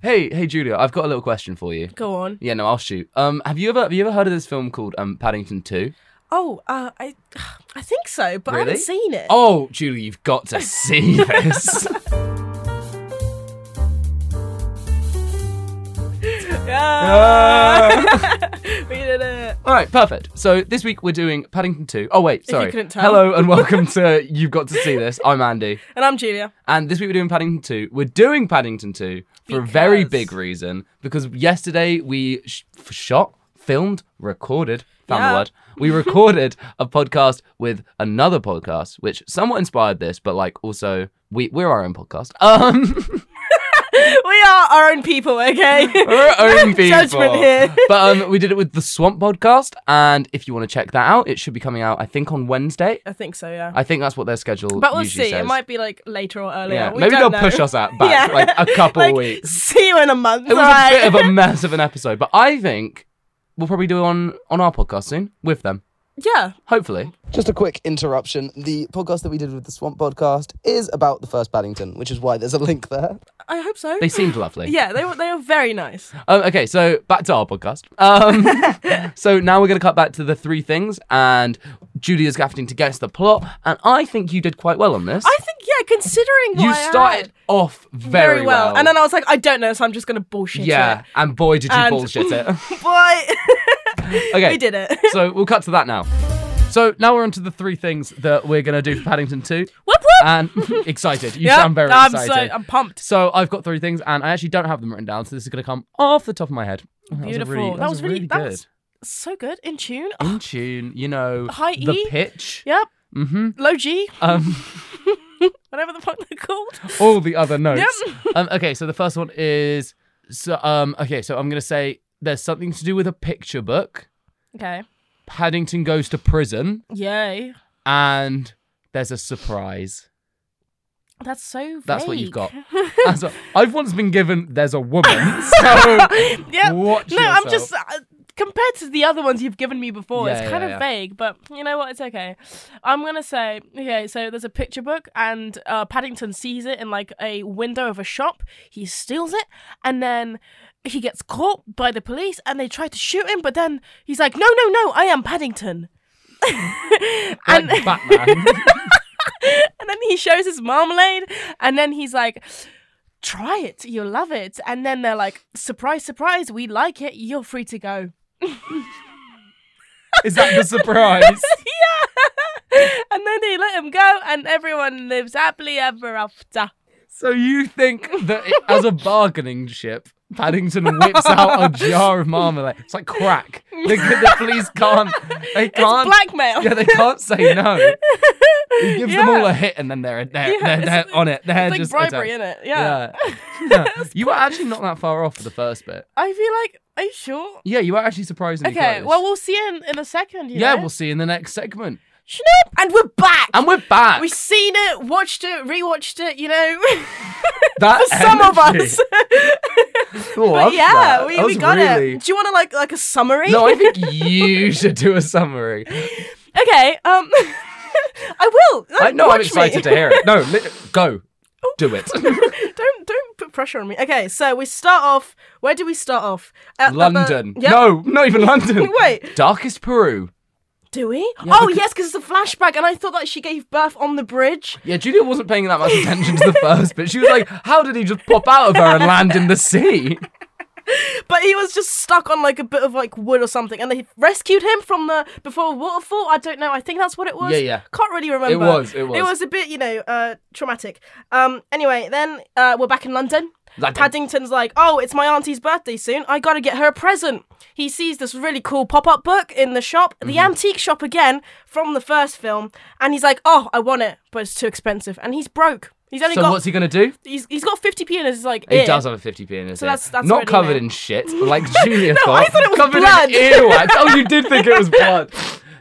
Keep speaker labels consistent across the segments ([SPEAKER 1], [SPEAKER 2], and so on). [SPEAKER 1] Hey, hey, Julia, I've got a little question for you.
[SPEAKER 2] Go on.
[SPEAKER 1] Yeah, no, I'll shoot. Um, have you ever have you ever heard of this film called um Paddington Two?
[SPEAKER 2] Oh, uh, I, I think so, but I
[SPEAKER 1] Really?
[SPEAKER 2] haven't seen it.
[SPEAKER 1] Oh, Julia, you've got to see this.
[SPEAKER 2] Yeah. we did it.
[SPEAKER 1] All right, perfect. So this week we're doing Paddington Two. Oh wait,
[SPEAKER 2] you
[SPEAKER 1] sorry.
[SPEAKER 2] couldn't tell.
[SPEAKER 1] Hello and welcome to You've Got to See This. I'm Andy,
[SPEAKER 2] And I'm Julia.
[SPEAKER 1] and this week we're doing Paddington Two. We're doing Paddington Two for a very
[SPEAKER 2] Because-
[SPEAKER 1] big reason because yesterday we sh- f- shot, filmed, recorded. Found the
[SPEAKER 2] Yeah.
[SPEAKER 1] word. We recorded a podcast with another podcast, which somewhat inspired this, but like also we we're our own podcast. Um.
[SPEAKER 2] We are our own people, okay?
[SPEAKER 1] We're our own
[SPEAKER 2] No
[SPEAKER 1] people.
[SPEAKER 2] Judgment here.
[SPEAKER 1] but um, we did it with the Swamp Podcast, and if you want to check that out, it should be coming out, I think, on Wednesday.
[SPEAKER 2] I think so, yeah.
[SPEAKER 1] I think that's what their schedule.
[SPEAKER 2] but we'll
[SPEAKER 1] usually
[SPEAKER 2] see. It
[SPEAKER 1] says.
[SPEAKER 2] might be like later or earlier.
[SPEAKER 1] Yeah,
[SPEAKER 2] We
[SPEAKER 1] maybe they'll
[SPEAKER 2] don't know.
[SPEAKER 1] push us out back
[SPEAKER 2] Yeah.
[SPEAKER 1] like a couple
[SPEAKER 2] Like,
[SPEAKER 1] weeks.
[SPEAKER 2] See you in a month.
[SPEAKER 1] It was
[SPEAKER 2] alright?
[SPEAKER 1] a bit of a mess of an episode, but I think we'll probably do it on on our podcast soon with them,
[SPEAKER 2] yeah.
[SPEAKER 1] hopefully.
[SPEAKER 3] Just a quick interruption. The podcast that we did with the Swamp Podcast is about the first Paddington, which is why there's a link there.
[SPEAKER 2] I hope so.
[SPEAKER 1] They seemed lovely.
[SPEAKER 2] yeah, they were they were very nice.
[SPEAKER 1] Um, okay, so back to our podcast. Um, so now we're going to cut back to the three things, and Julia's having to guess the plot, and I think you did quite well on this.
[SPEAKER 2] I think yeah, considering what
[SPEAKER 1] You
[SPEAKER 2] I had,
[SPEAKER 1] started off very, well.
[SPEAKER 2] and then I was like, I don't know, so I'm just gonna bullshit.
[SPEAKER 1] yeah,
[SPEAKER 2] it.
[SPEAKER 1] and boy did you
[SPEAKER 2] And-
[SPEAKER 1] bullshit it.
[SPEAKER 2] boy,
[SPEAKER 1] Okay,
[SPEAKER 2] we did it.
[SPEAKER 1] so we'll cut to that now. So now we're on to the three things that we're gonna do for Paddington Two,
[SPEAKER 2] whoop whoop.
[SPEAKER 1] and excited. You
[SPEAKER 2] Yeah,
[SPEAKER 1] sound very
[SPEAKER 2] I'm
[SPEAKER 1] excited.
[SPEAKER 2] So, I'm pumped.
[SPEAKER 1] So I've got three things, and I actually don't have them written down, so this is gonna come off the top of my head. Oh, that was a
[SPEAKER 2] Beautiful.
[SPEAKER 1] really-
[SPEAKER 2] That was
[SPEAKER 1] a
[SPEAKER 2] really-
[SPEAKER 1] really
[SPEAKER 2] that
[SPEAKER 1] good.
[SPEAKER 2] was- So good in tune.
[SPEAKER 1] In tune, you know,
[SPEAKER 2] High
[SPEAKER 1] the
[SPEAKER 2] E.
[SPEAKER 1] pitch,
[SPEAKER 2] Yep.
[SPEAKER 1] hmm
[SPEAKER 2] Low G,
[SPEAKER 1] um,
[SPEAKER 2] whatever the fuck they're called.
[SPEAKER 1] all the other notes.
[SPEAKER 2] Yep.
[SPEAKER 1] um, okay, so the first one is so. Um, okay, so I'm gonna say there's something to do with a picture book.
[SPEAKER 2] Okay.
[SPEAKER 1] Paddington goes to prison
[SPEAKER 2] Yay.
[SPEAKER 1] and there's a surprise.
[SPEAKER 2] That's so. Vague.
[SPEAKER 1] That's what you've got. That's what- I've once been given there's a woman. So
[SPEAKER 2] yeah. No,
[SPEAKER 1] watch yourself.
[SPEAKER 2] I'm just. Uh, compared to the other ones you've given me before,
[SPEAKER 1] Yeah,
[SPEAKER 2] it's
[SPEAKER 1] yeah,
[SPEAKER 2] kind of
[SPEAKER 1] yeah.
[SPEAKER 2] vague, but you know what? It's okay. I'm going to say, okay, so there's a picture book, and uh, Paddington sees it in like a window of a shop. He steals it, and then. He gets caught by the police and they try to shoot him, but then he's like, No, no, no, I am Paddington. and
[SPEAKER 1] like Batman.
[SPEAKER 2] And then he shows his marmalade, and then he's like, "Try it, you'll love it." And then they're like, "Surprise, surprise, we like it. You're free to go."
[SPEAKER 1] Is that the surprise?
[SPEAKER 2] yeah. and then they let him go, and everyone lives happily ever after.
[SPEAKER 1] So you think that it, as a bargaining chip, Paddington whips out a jar of marmalade. It's like crack. The, the police can't. They can't.
[SPEAKER 2] Blackmail.
[SPEAKER 1] Yeah, they can't say no. He gives them all a hit, and then they're they're,
[SPEAKER 2] Yeah,
[SPEAKER 1] they're,
[SPEAKER 2] it's-
[SPEAKER 1] they're on it. They're
[SPEAKER 2] it's like
[SPEAKER 1] just
[SPEAKER 2] bribery,
[SPEAKER 1] attached.
[SPEAKER 2] in it? yeah.
[SPEAKER 1] Yeah. Yeah. You were actually not that far off for the first bit.
[SPEAKER 2] I feel like, are you sure?
[SPEAKER 1] Yeah, you were actually surprisingly
[SPEAKER 2] Okay,
[SPEAKER 1] close.
[SPEAKER 2] well, we'll see in, in a second. You
[SPEAKER 1] yeah,
[SPEAKER 2] know?
[SPEAKER 1] we'll see you in the next segment.
[SPEAKER 2] Schnoop! And we're back!
[SPEAKER 1] And we're back.
[SPEAKER 2] We've seen it, watched it, rewatched it, you know?
[SPEAKER 1] That
[SPEAKER 2] For some of
[SPEAKER 1] energy.
[SPEAKER 2] us.
[SPEAKER 1] Love
[SPEAKER 2] But yeah,
[SPEAKER 1] that.
[SPEAKER 2] we,
[SPEAKER 1] That
[SPEAKER 2] we
[SPEAKER 1] was
[SPEAKER 2] got
[SPEAKER 1] really...
[SPEAKER 2] it. Do you want to like like a summary?
[SPEAKER 1] No, I think you should do a summary.
[SPEAKER 2] okay. Um, I will. No,
[SPEAKER 1] I know
[SPEAKER 2] watch
[SPEAKER 1] I'm excited to hear it. No, li- go. Do it.
[SPEAKER 2] Me. don't don't put pressure on me. Okay, so we start off. Where do we start off? At the-
[SPEAKER 1] London.
[SPEAKER 2] Yep.
[SPEAKER 1] No, not even London.
[SPEAKER 2] Wait.
[SPEAKER 1] Darkest Peru.
[SPEAKER 2] Do we? oh yes, because it's a flashback, and I thought that she gave birth on the bridge.
[SPEAKER 1] Yeah, Julia wasn't paying that much attention to the first bit. She was like, how did he just pop out of her and land in the sea?
[SPEAKER 2] But he was just stuck on like a bit of like wood or something, and they rescued him from the before a waterfall. I don't know. I think that's what it was.
[SPEAKER 1] Yeah, yeah.
[SPEAKER 2] Can't really remember.
[SPEAKER 1] was, it was.
[SPEAKER 2] It was a bit, you know, uh, traumatic. Um. Anyway, then uh, we're back in London.
[SPEAKER 1] Like,
[SPEAKER 2] Paddington's like, oh, it's my auntie's birthday soon. I gotta get her a present. He sees this really cool pop up book in the shop, the
[SPEAKER 1] Mm-hmm.
[SPEAKER 2] antique shop again from the first film, and he's like, oh, I want it, but it's too expensive, and he's broke. He's only
[SPEAKER 1] so
[SPEAKER 2] got
[SPEAKER 1] what's he going to do?
[SPEAKER 2] he's, he's got fifty p in his like
[SPEAKER 1] He
[SPEAKER 2] ear.
[SPEAKER 1] does have a 50p in his
[SPEAKER 2] So
[SPEAKER 1] ear.
[SPEAKER 2] that's- that's
[SPEAKER 1] Not
[SPEAKER 2] already
[SPEAKER 1] covered
[SPEAKER 2] there.
[SPEAKER 1] in shit, like Julia
[SPEAKER 2] No,
[SPEAKER 1] thought.
[SPEAKER 2] I thought it was
[SPEAKER 1] covered
[SPEAKER 2] blood.
[SPEAKER 1] in earwax. Oh, you did think it was blood.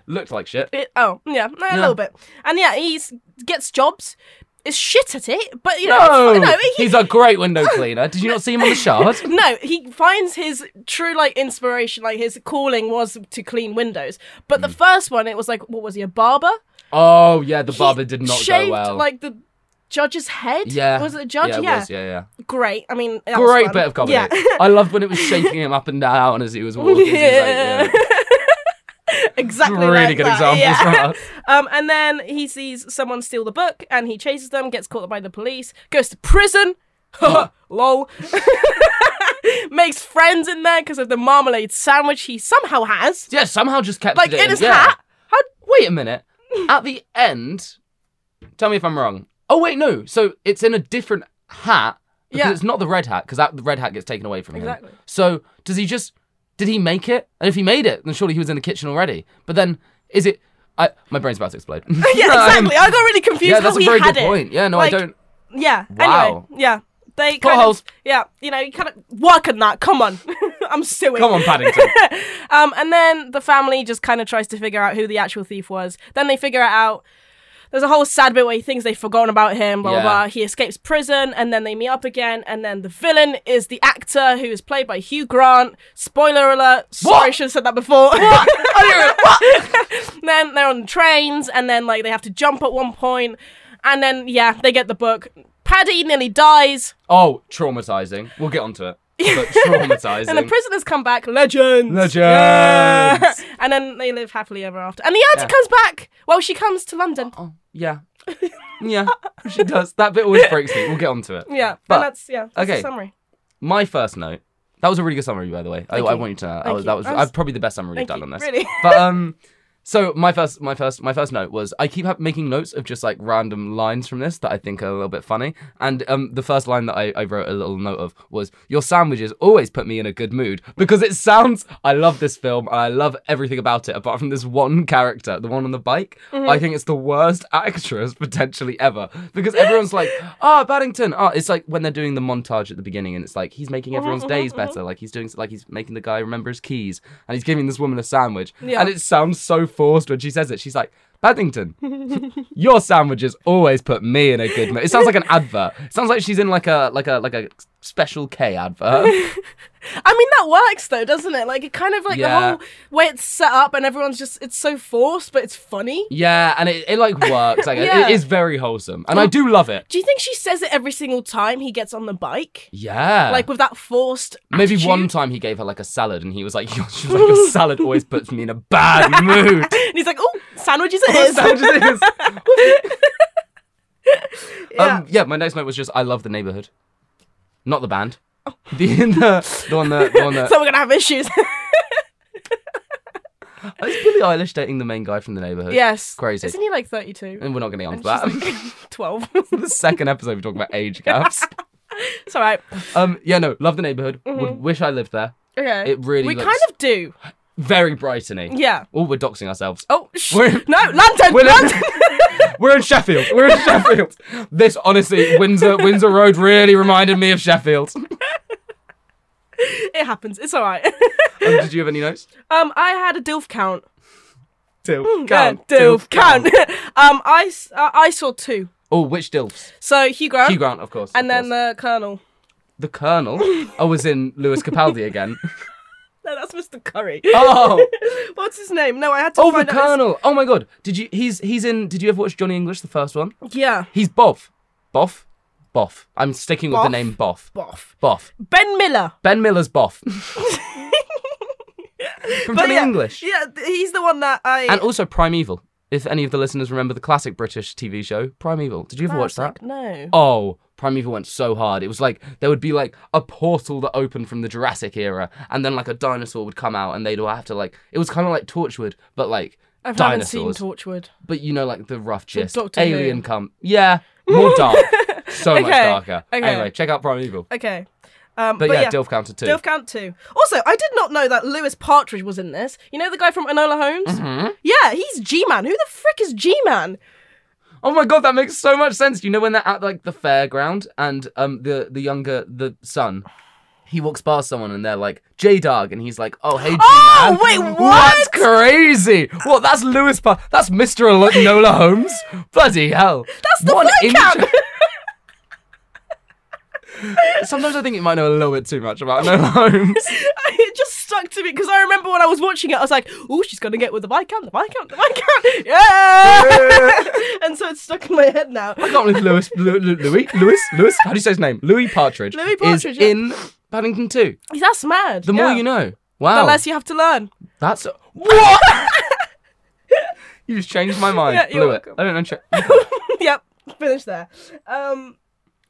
[SPEAKER 1] Looked like shit.
[SPEAKER 2] It- oh yeah, a little bit, and yeah, he gets jobs. Is shit at it, but you know,
[SPEAKER 1] No,
[SPEAKER 2] it's- no, he,
[SPEAKER 1] he's a great window cleaner. Did you not see him on the shard?
[SPEAKER 2] No, he finds his true like inspiration, like his calling was to clean windows. But
[SPEAKER 1] Mm.
[SPEAKER 2] the first one, it was like, what was he, a barber?
[SPEAKER 1] Oh yeah, the barber
[SPEAKER 2] He
[SPEAKER 1] did not
[SPEAKER 2] shaved,
[SPEAKER 1] go well.
[SPEAKER 2] Like the judge's head?
[SPEAKER 1] Yeah.
[SPEAKER 2] Was it a judge?
[SPEAKER 1] Yeah,
[SPEAKER 2] Yeah.
[SPEAKER 1] it was, yeah, yeah.
[SPEAKER 2] Great. I mean, that was
[SPEAKER 1] Great
[SPEAKER 2] fun.
[SPEAKER 1] bit of comedy.
[SPEAKER 2] Yeah.
[SPEAKER 1] I loved when it was shaking him up and down as he was walking. He was like, yeah.
[SPEAKER 2] exactly.
[SPEAKER 1] really
[SPEAKER 2] like
[SPEAKER 1] good
[SPEAKER 2] that.
[SPEAKER 1] examples
[SPEAKER 2] Yeah.
[SPEAKER 1] from us.
[SPEAKER 2] Um, and then he sees someone steal the book, and he chases them, gets caught by the police, goes to prison. Lol. Makes friends in there because of the marmalade sandwich he somehow has,
[SPEAKER 1] Yeah, somehow just kept
[SPEAKER 2] like
[SPEAKER 1] it
[SPEAKER 2] in his
[SPEAKER 1] yeah.
[SPEAKER 2] hat. How?
[SPEAKER 1] Wait a minute. At the end, tell me if I'm wrong. Oh wait, no. So it's in a different hat because
[SPEAKER 2] Yeah.
[SPEAKER 1] it's not the red hat because that the red hat gets taken away from him.
[SPEAKER 2] Exactly.
[SPEAKER 1] So does he just? Did he make it? And if he made it, then surely he was in the kitchen already. But then, is it? I, my brain's about to explode.
[SPEAKER 2] Yeah,
[SPEAKER 1] Um,
[SPEAKER 2] exactly. I got really confused.
[SPEAKER 1] yeah, that's
[SPEAKER 2] how
[SPEAKER 1] a
[SPEAKER 2] he
[SPEAKER 1] very
[SPEAKER 2] had
[SPEAKER 1] good
[SPEAKER 2] it.
[SPEAKER 1] point. Yeah, no,
[SPEAKER 2] Like,
[SPEAKER 1] I don't.
[SPEAKER 2] Yeah.
[SPEAKER 1] Wow.
[SPEAKER 2] Anyway, yeah. They kind
[SPEAKER 1] Potholes.
[SPEAKER 2] of, yeah, you know, you kind of work on that. Come on, I'm suing.
[SPEAKER 1] Come on, Paddington.
[SPEAKER 2] Um, and then the family just kind of tries to figure out who the actual thief was. Then they figure it out. There's a whole sad bit where he thinks they've forgotten about him, blah,
[SPEAKER 1] Yeah.
[SPEAKER 2] blah, blah. He escapes prison, and then they meet up again. And then the villain is the actor who is played by Hugh Grant. Spoiler alert. Sorry, I should have said that before. Oh, then they're on trains, and then, like, they have to jump at one point, And then, yeah, they get the book. Paddy nearly dies,
[SPEAKER 1] oh, traumatizing. We'll get onto it. But traumatizing.
[SPEAKER 2] and the prisoners come back. Legends.
[SPEAKER 1] Legends.
[SPEAKER 2] Yeah. And then they live happily ever after. And the auntie
[SPEAKER 1] Yeah.
[SPEAKER 2] comes back. Well, she comes to London.
[SPEAKER 1] oh, yeah. Yeah, she does. That bit always breaks me. We'll get onto it.
[SPEAKER 2] Yeah,
[SPEAKER 1] But-
[SPEAKER 2] and that's yeah. That's
[SPEAKER 1] okay.
[SPEAKER 2] The summary.
[SPEAKER 1] My first note. That was a really good summary, by the way. I,
[SPEAKER 2] Thank
[SPEAKER 1] I
[SPEAKER 2] you.
[SPEAKER 1] want you to know that
[SPEAKER 2] Thank
[SPEAKER 1] was,
[SPEAKER 2] you.
[SPEAKER 1] that was,
[SPEAKER 2] I was-
[SPEAKER 1] uh, probably the best summary we've
[SPEAKER 2] Thank
[SPEAKER 1] done
[SPEAKER 2] you.
[SPEAKER 1] on this.
[SPEAKER 2] Really.
[SPEAKER 1] But um, so my first, my first, my first note was I keep ha- making notes of just like random lines from this that I think are a little bit funny. And um, the first line that I, I wrote a little note of was "Your sandwiches always put me in a good mood" because it sounds. I love this film. and I love everything about it apart from this one character, the one on the bike. I think it's the worst actress potentially ever because everyone's like, "Ah, Paddington." Ah, it's like when they're doing the montage at the beginning and it's like he's making everyone's days better. Like he's doing, like he's making the guy remember his keys and he's giving this woman a sandwich.
[SPEAKER 2] Yeah.
[SPEAKER 1] And it sounds so forced when she says it. She's like, Paddington, your sandwiches always put me in a good mood. It sounds like an advert. It sounds like she's in like a like a like a special K advert.
[SPEAKER 2] I mean, that works though, doesn't it? Like it kind of like
[SPEAKER 1] Yeah.
[SPEAKER 2] the whole way it's set up, and everyone's just it's so forced, but it's funny.
[SPEAKER 1] yeah, and it, it like works. Like it-
[SPEAKER 2] Yeah.
[SPEAKER 1] it is very wholesome. And I do love it.
[SPEAKER 2] Do you think she says it every single time he gets on the bike?
[SPEAKER 1] Yeah.
[SPEAKER 2] Like with that forced.
[SPEAKER 1] Maybe
[SPEAKER 2] attitude?
[SPEAKER 1] one time he gave her like a salad, and he was like, your, "She was like, your salad always puts me in a bad mood."
[SPEAKER 2] And he's like, oh, sandwiches it
[SPEAKER 1] What
[SPEAKER 2] is.
[SPEAKER 1] sandwiches it is.
[SPEAKER 2] yeah.
[SPEAKER 1] Um, yeah, my next note was just I love the neighborhood, not the band. The, the the one that the one that
[SPEAKER 2] so we're gonna have issues.
[SPEAKER 1] Is Billie Eilish dating the main guy from the neighborhood?
[SPEAKER 2] yes.
[SPEAKER 1] Crazy.
[SPEAKER 2] Isn't he like 32?
[SPEAKER 1] And we're not going to get onto
[SPEAKER 2] And
[SPEAKER 1] that.
[SPEAKER 2] she's like 12.
[SPEAKER 1] the second episode, we're talking about age gaps.
[SPEAKER 2] it's all right.
[SPEAKER 1] um, yeah, no, love the neighborhood.
[SPEAKER 2] Mm-hmm.
[SPEAKER 1] Would wish I lived there.
[SPEAKER 2] Okay.
[SPEAKER 1] It really
[SPEAKER 2] we
[SPEAKER 1] looks-
[SPEAKER 2] kind of do.
[SPEAKER 1] Very Brighton-y.
[SPEAKER 2] Yeah.
[SPEAKER 1] Oh, we're doxing ourselves.
[SPEAKER 2] Oh, sh- no,
[SPEAKER 1] We're-
[SPEAKER 2] London,
[SPEAKER 1] We're,
[SPEAKER 2] London.
[SPEAKER 1] we're in Sheffield. We're in Sheffield. This, honestly, Windsor Windsor Road really reminded me of Sheffield. Um,
[SPEAKER 2] it happens. It's all right.
[SPEAKER 1] did you have any notes?
[SPEAKER 2] um, I had a DILF count.
[SPEAKER 1] Dilf.
[SPEAKER 2] yeah, DILF, count. um, I, s- uh, I saw two.
[SPEAKER 1] Oh, which Dilfs?
[SPEAKER 2] So Hugh Grant,
[SPEAKER 1] Hugh Grant, of course.
[SPEAKER 2] Um, and
[SPEAKER 1] of
[SPEAKER 2] then
[SPEAKER 1] course.
[SPEAKER 2] the Colonel.
[SPEAKER 1] the Colonel. I was in Lewis Capaldi again.
[SPEAKER 2] No, that's Mr. Curry.
[SPEAKER 1] Oh,
[SPEAKER 2] What's his name? No, I had to
[SPEAKER 1] oh, the
[SPEAKER 2] find out. his-
[SPEAKER 1] Colonel. Oh my God. Did you? He's he's in. Did you ever watch Johnny English, the first one?
[SPEAKER 2] Yeah.
[SPEAKER 1] He's Boff. Boff? Boff. I'm sticking with
[SPEAKER 2] Boff?
[SPEAKER 1] the name Boff.
[SPEAKER 2] Boff.
[SPEAKER 1] Boff.
[SPEAKER 2] Ben Miller.
[SPEAKER 1] Ben Miller's Boff. From Johnny
[SPEAKER 2] yeah,
[SPEAKER 1] English.
[SPEAKER 2] Yeah, th- he's the one that I.
[SPEAKER 1] And also Primeval. If any of the listeners remember the classic British TV show, Primeval. Did you ever
[SPEAKER 2] I
[SPEAKER 1] watch
[SPEAKER 2] was
[SPEAKER 1] that?
[SPEAKER 2] like, No.
[SPEAKER 1] Oh, Primeval went so hard. It was like there would be like a portal that opened from the Jurassic era, and then like a dinosaur would come out, and they'd all have to like. It was kind of like Torchwood, but like
[SPEAKER 2] I've
[SPEAKER 1] dinosaurs.
[SPEAKER 2] seen Torchwood.
[SPEAKER 1] but you know, like the rough gist.
[SPEAKER 2] Doctor Who.
[SPEAKER 1] Alien come. Yeah, more dark. so much
[SPEAKER 2] Okay,
[SPEAKER 1] darker.
[SPEAKER 2] okay.
[SPEAKER 1] Anyway, check out Primeval.
[SPEAKER 2] Okay. Um,
[SPEAKER 1] But, yeah, Dilf counter too.
[SPEAKER 2] Dilf Count 2. Also, I did not know that Lewis Partridge was in this. You know the guy from Enola Holmes?
[SPEAKER 1] Mm-hmm.
[SPEAKER 2] Yeah, he's G Man. Who the frick is G Man?
[SPEAKER 1] Oh my god, that makes so much sense. You know when they're at like the fairground and um the the younger the son, he walks past someone and they're like J Dog, and he's like, oh hey.
[SPEAKER 2] Oh,
[SPEAKER 1] G-Man."
[SPEAKER 2] wait,
[SPEAKER 1] That's
[SPEAKER 2] what?
[SPEAKER 1] crazy. What? That's Lewis. Pa- that's Mr. Al- Nola Holmes. Bloody hell. That's
[SPEAKER 2] the flag cap.
[SPEAKER 1] Sometimes I think you might know a little bit too much about Nola Holmes.
[SPEAKER 2] it just so stuck to me because I remember when I was watching it, I was like, "Oh, she's gonna get with the Viscount, the Viscount, the Viscount, yeah!" and so it's stuck in my head now.
[SPEAKER 1] I can't believe Lewis, Lu- Lu- Louis, Louis, Louis. How do you say his name? Louis Partridge.
[SPEAKER 2] Louis
[SPEAKER 1] is
[SPEAKER 2] Partridge, yeah.
[SPEAKER 1] in Paddington Two.
[SPEAKER 2] That's mad.
[SPEAKER 1] The more you know. Wow.
[SPEAKER 2] the less you have to learn.
[SPEAKER 1] That's what. you just changed my mind.
[SPEAKER 2] Yeah, you're
[SPEAKER 1] Blew it.
[SPEAKER 2] welcome.
[SPEAKER 1] I don't know. Tra-
[SPEAKER 2] yep, finish there. Um,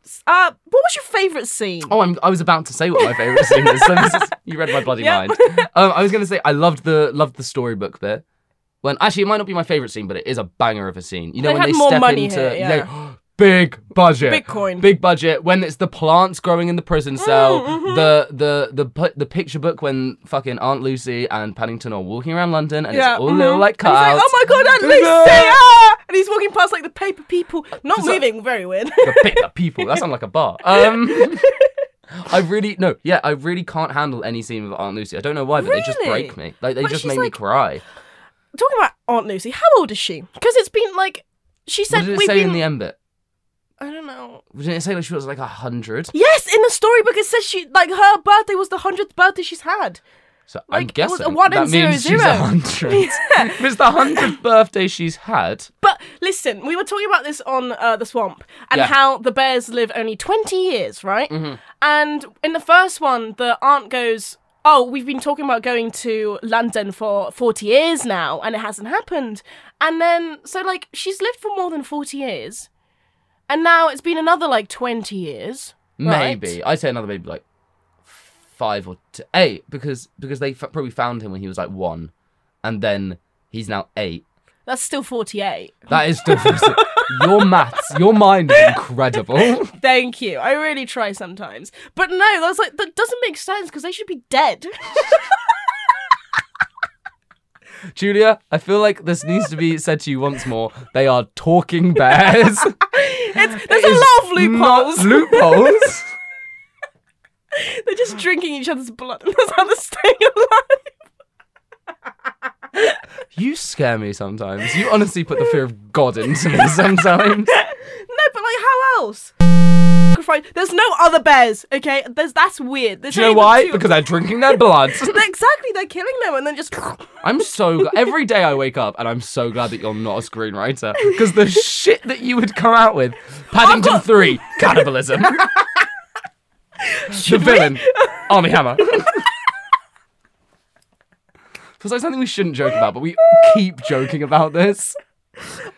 [SPEAKER 2] s- uh, what was your favorite scene?
[SPEAKER 1] oh, I'm, I was about to say what my favorite scene is. So this is you read my bloody
[SPEAKER 2] Yeah.
[SPEAKER 1] mind. Um, I was gonna say I loved the loved the storybook bit. When actually it might not be my favorite scene, but it is a banger of a scene. You know
[SPEAKER 2] They
[SPEAKER 1] when
[SPEAKER 2] had
[SPEAKER 1] they
[SPEAKER 2] more
[SPEAKER 1] step
[SPEAKER 2] money
[SPEAKER 1] into
[SPEAKER 2] here, yeah.
[SPEAKER 1] big budget,
[SPEAKER 2] Bitcoin. Mm,
[SPEAKER 1] big budget. When it's the plants growing in the prison cell,
[SPEAKER 2] mm-hmm.
[SPEAKER 1] the the the pu- the picture book when fucking Aunt Lucy and Paddington are walking around London and
[SPEAKER 2] Yeah,
[SPEAKER 1] it's all
[SPEAKER 2] mhm.
[SPEAKER 1] little like
[SPEAKER 2] And he's
[SPEAKER 1] cutouts.
[SPEAKER 2] like, oh my god, Aunt
[SPEAKER 1] No.
[SPEAKER 2] Lucy! Ah! And he's walking past like the paper people, not
[SPEAKER 1] I-
[SPEAKER 2] moving, very weird.
[SPEAKER 1] the pick up people. That sounds like a bar. Um, I really no, yeah, I really can't handle any scene with Aunt Lucy. I don't know why, but they just
[SPEAKER 2] Really?
[SPEAKER 1] break me. Like they
[SPEAKER 2] But
[SPEAKER 1] just
[SPEAKER 2] she's
[SPEAKER 1] make me
[SPEAKER 2] like-
[SPEAKER 1] cry.
[SPEAKER 2] Talking about Aunt Lucy, how old is she? Because it's been like she
[SPEAKER 1] What
[SPEAKER 2] said
[SPEAKER 1] did it
[SPEAKER 2] we've
[SPEAKER 1] say
[SPEAKER 2] been.
[SPEAKER 1] in the end bit?
[SPEAKER 2] I don't know.
[SPEAKER 1] Didn't it say like she was like a hundred?
[SPEAKER 2] Yes, in the storybook it says she like her birthday was the hundredth birthday she's had.
[SPEAKER 1] So
[SPEAKER 2] Like,
[SPEAKER 1] I'm
[SPEAKER 2] it was
[SPEAKER 1] guessing
[SPEAKER 2] a one
[SPEAKER 1] that
[SPEAKER 2] and zero
[SPEAKER 1] means she's
[SPEAKER 2] zero.
[SPEAKER 1] a hundred.
[SPEAKER 2] Yeah.
[SPEAKER 1] If it's the hundredth birthday she's had.
[SPEAKER 2] But listen, we were talking about this on uh, the swamp and
[SPEAKER 1] Yeah. Mm-hmm.
[SPEAKER 2] how the bears live only twenty years, right? And in the first one, the aunt goes, "Oh, we've been talking about going to London for forty years now, and it hasn't happened." And then, so like, she's lived for more than forty years, and now it's been another like twenty years. right?
[SPEAKER 1] Maybe I'd say another maybe like five or t- eight because because they f- probably found him when he was like one, and then he's now eight.
[SPEAKER 2] That's still forty-eight.
[SPEAKER 1] That is different. your maths, your mind is incredible.
[SPEAKER 2] Thank you. I really try sometimes. But no, that's like that doesn't make sense because they should be dead.
[SPEAKER 1] Julia, I feel like this needs to be said to you once more. They are talking bears.
[SPEAKER 2] It's, there's
[SPEAKER 1] It
[SPEAKER 2] a
[SPEAKER 1] is
[SPEAKER 2] lot of
[SPEAKER 1] Not
[SPEAKER 2] loopholes.
[SPEAKER 1] loopholes.
[SPEAKER 2] They're just drinking each other's blood and that's how they're staying alive.
[SPEAKER 1] you scare me sometimes. You honestly put the fear of God into me sometimes.
[SPEAKER 2] No, but like how else? Sacrifice- There's no other bears, okay? There's that's weird. There's
[SPEAKER 1] Do you know
[SPEAKER 2] only the
[SPEAKER 1] why?
[SPEAKER 2] two.
[SPEAKER 1] Because they're drinking their blood.
[SPEAKER 2] They're- exactly they're killing them and then just
[SPEAKER 1] I'm so glad. Every day I wake up and I'm so glad that you're not a screenwriter. Because the shit that you would come out with Paddington 3, cannibalism. the villain, Army Hammer. Feels like something we shouldn't joke about, but we keep joking about this.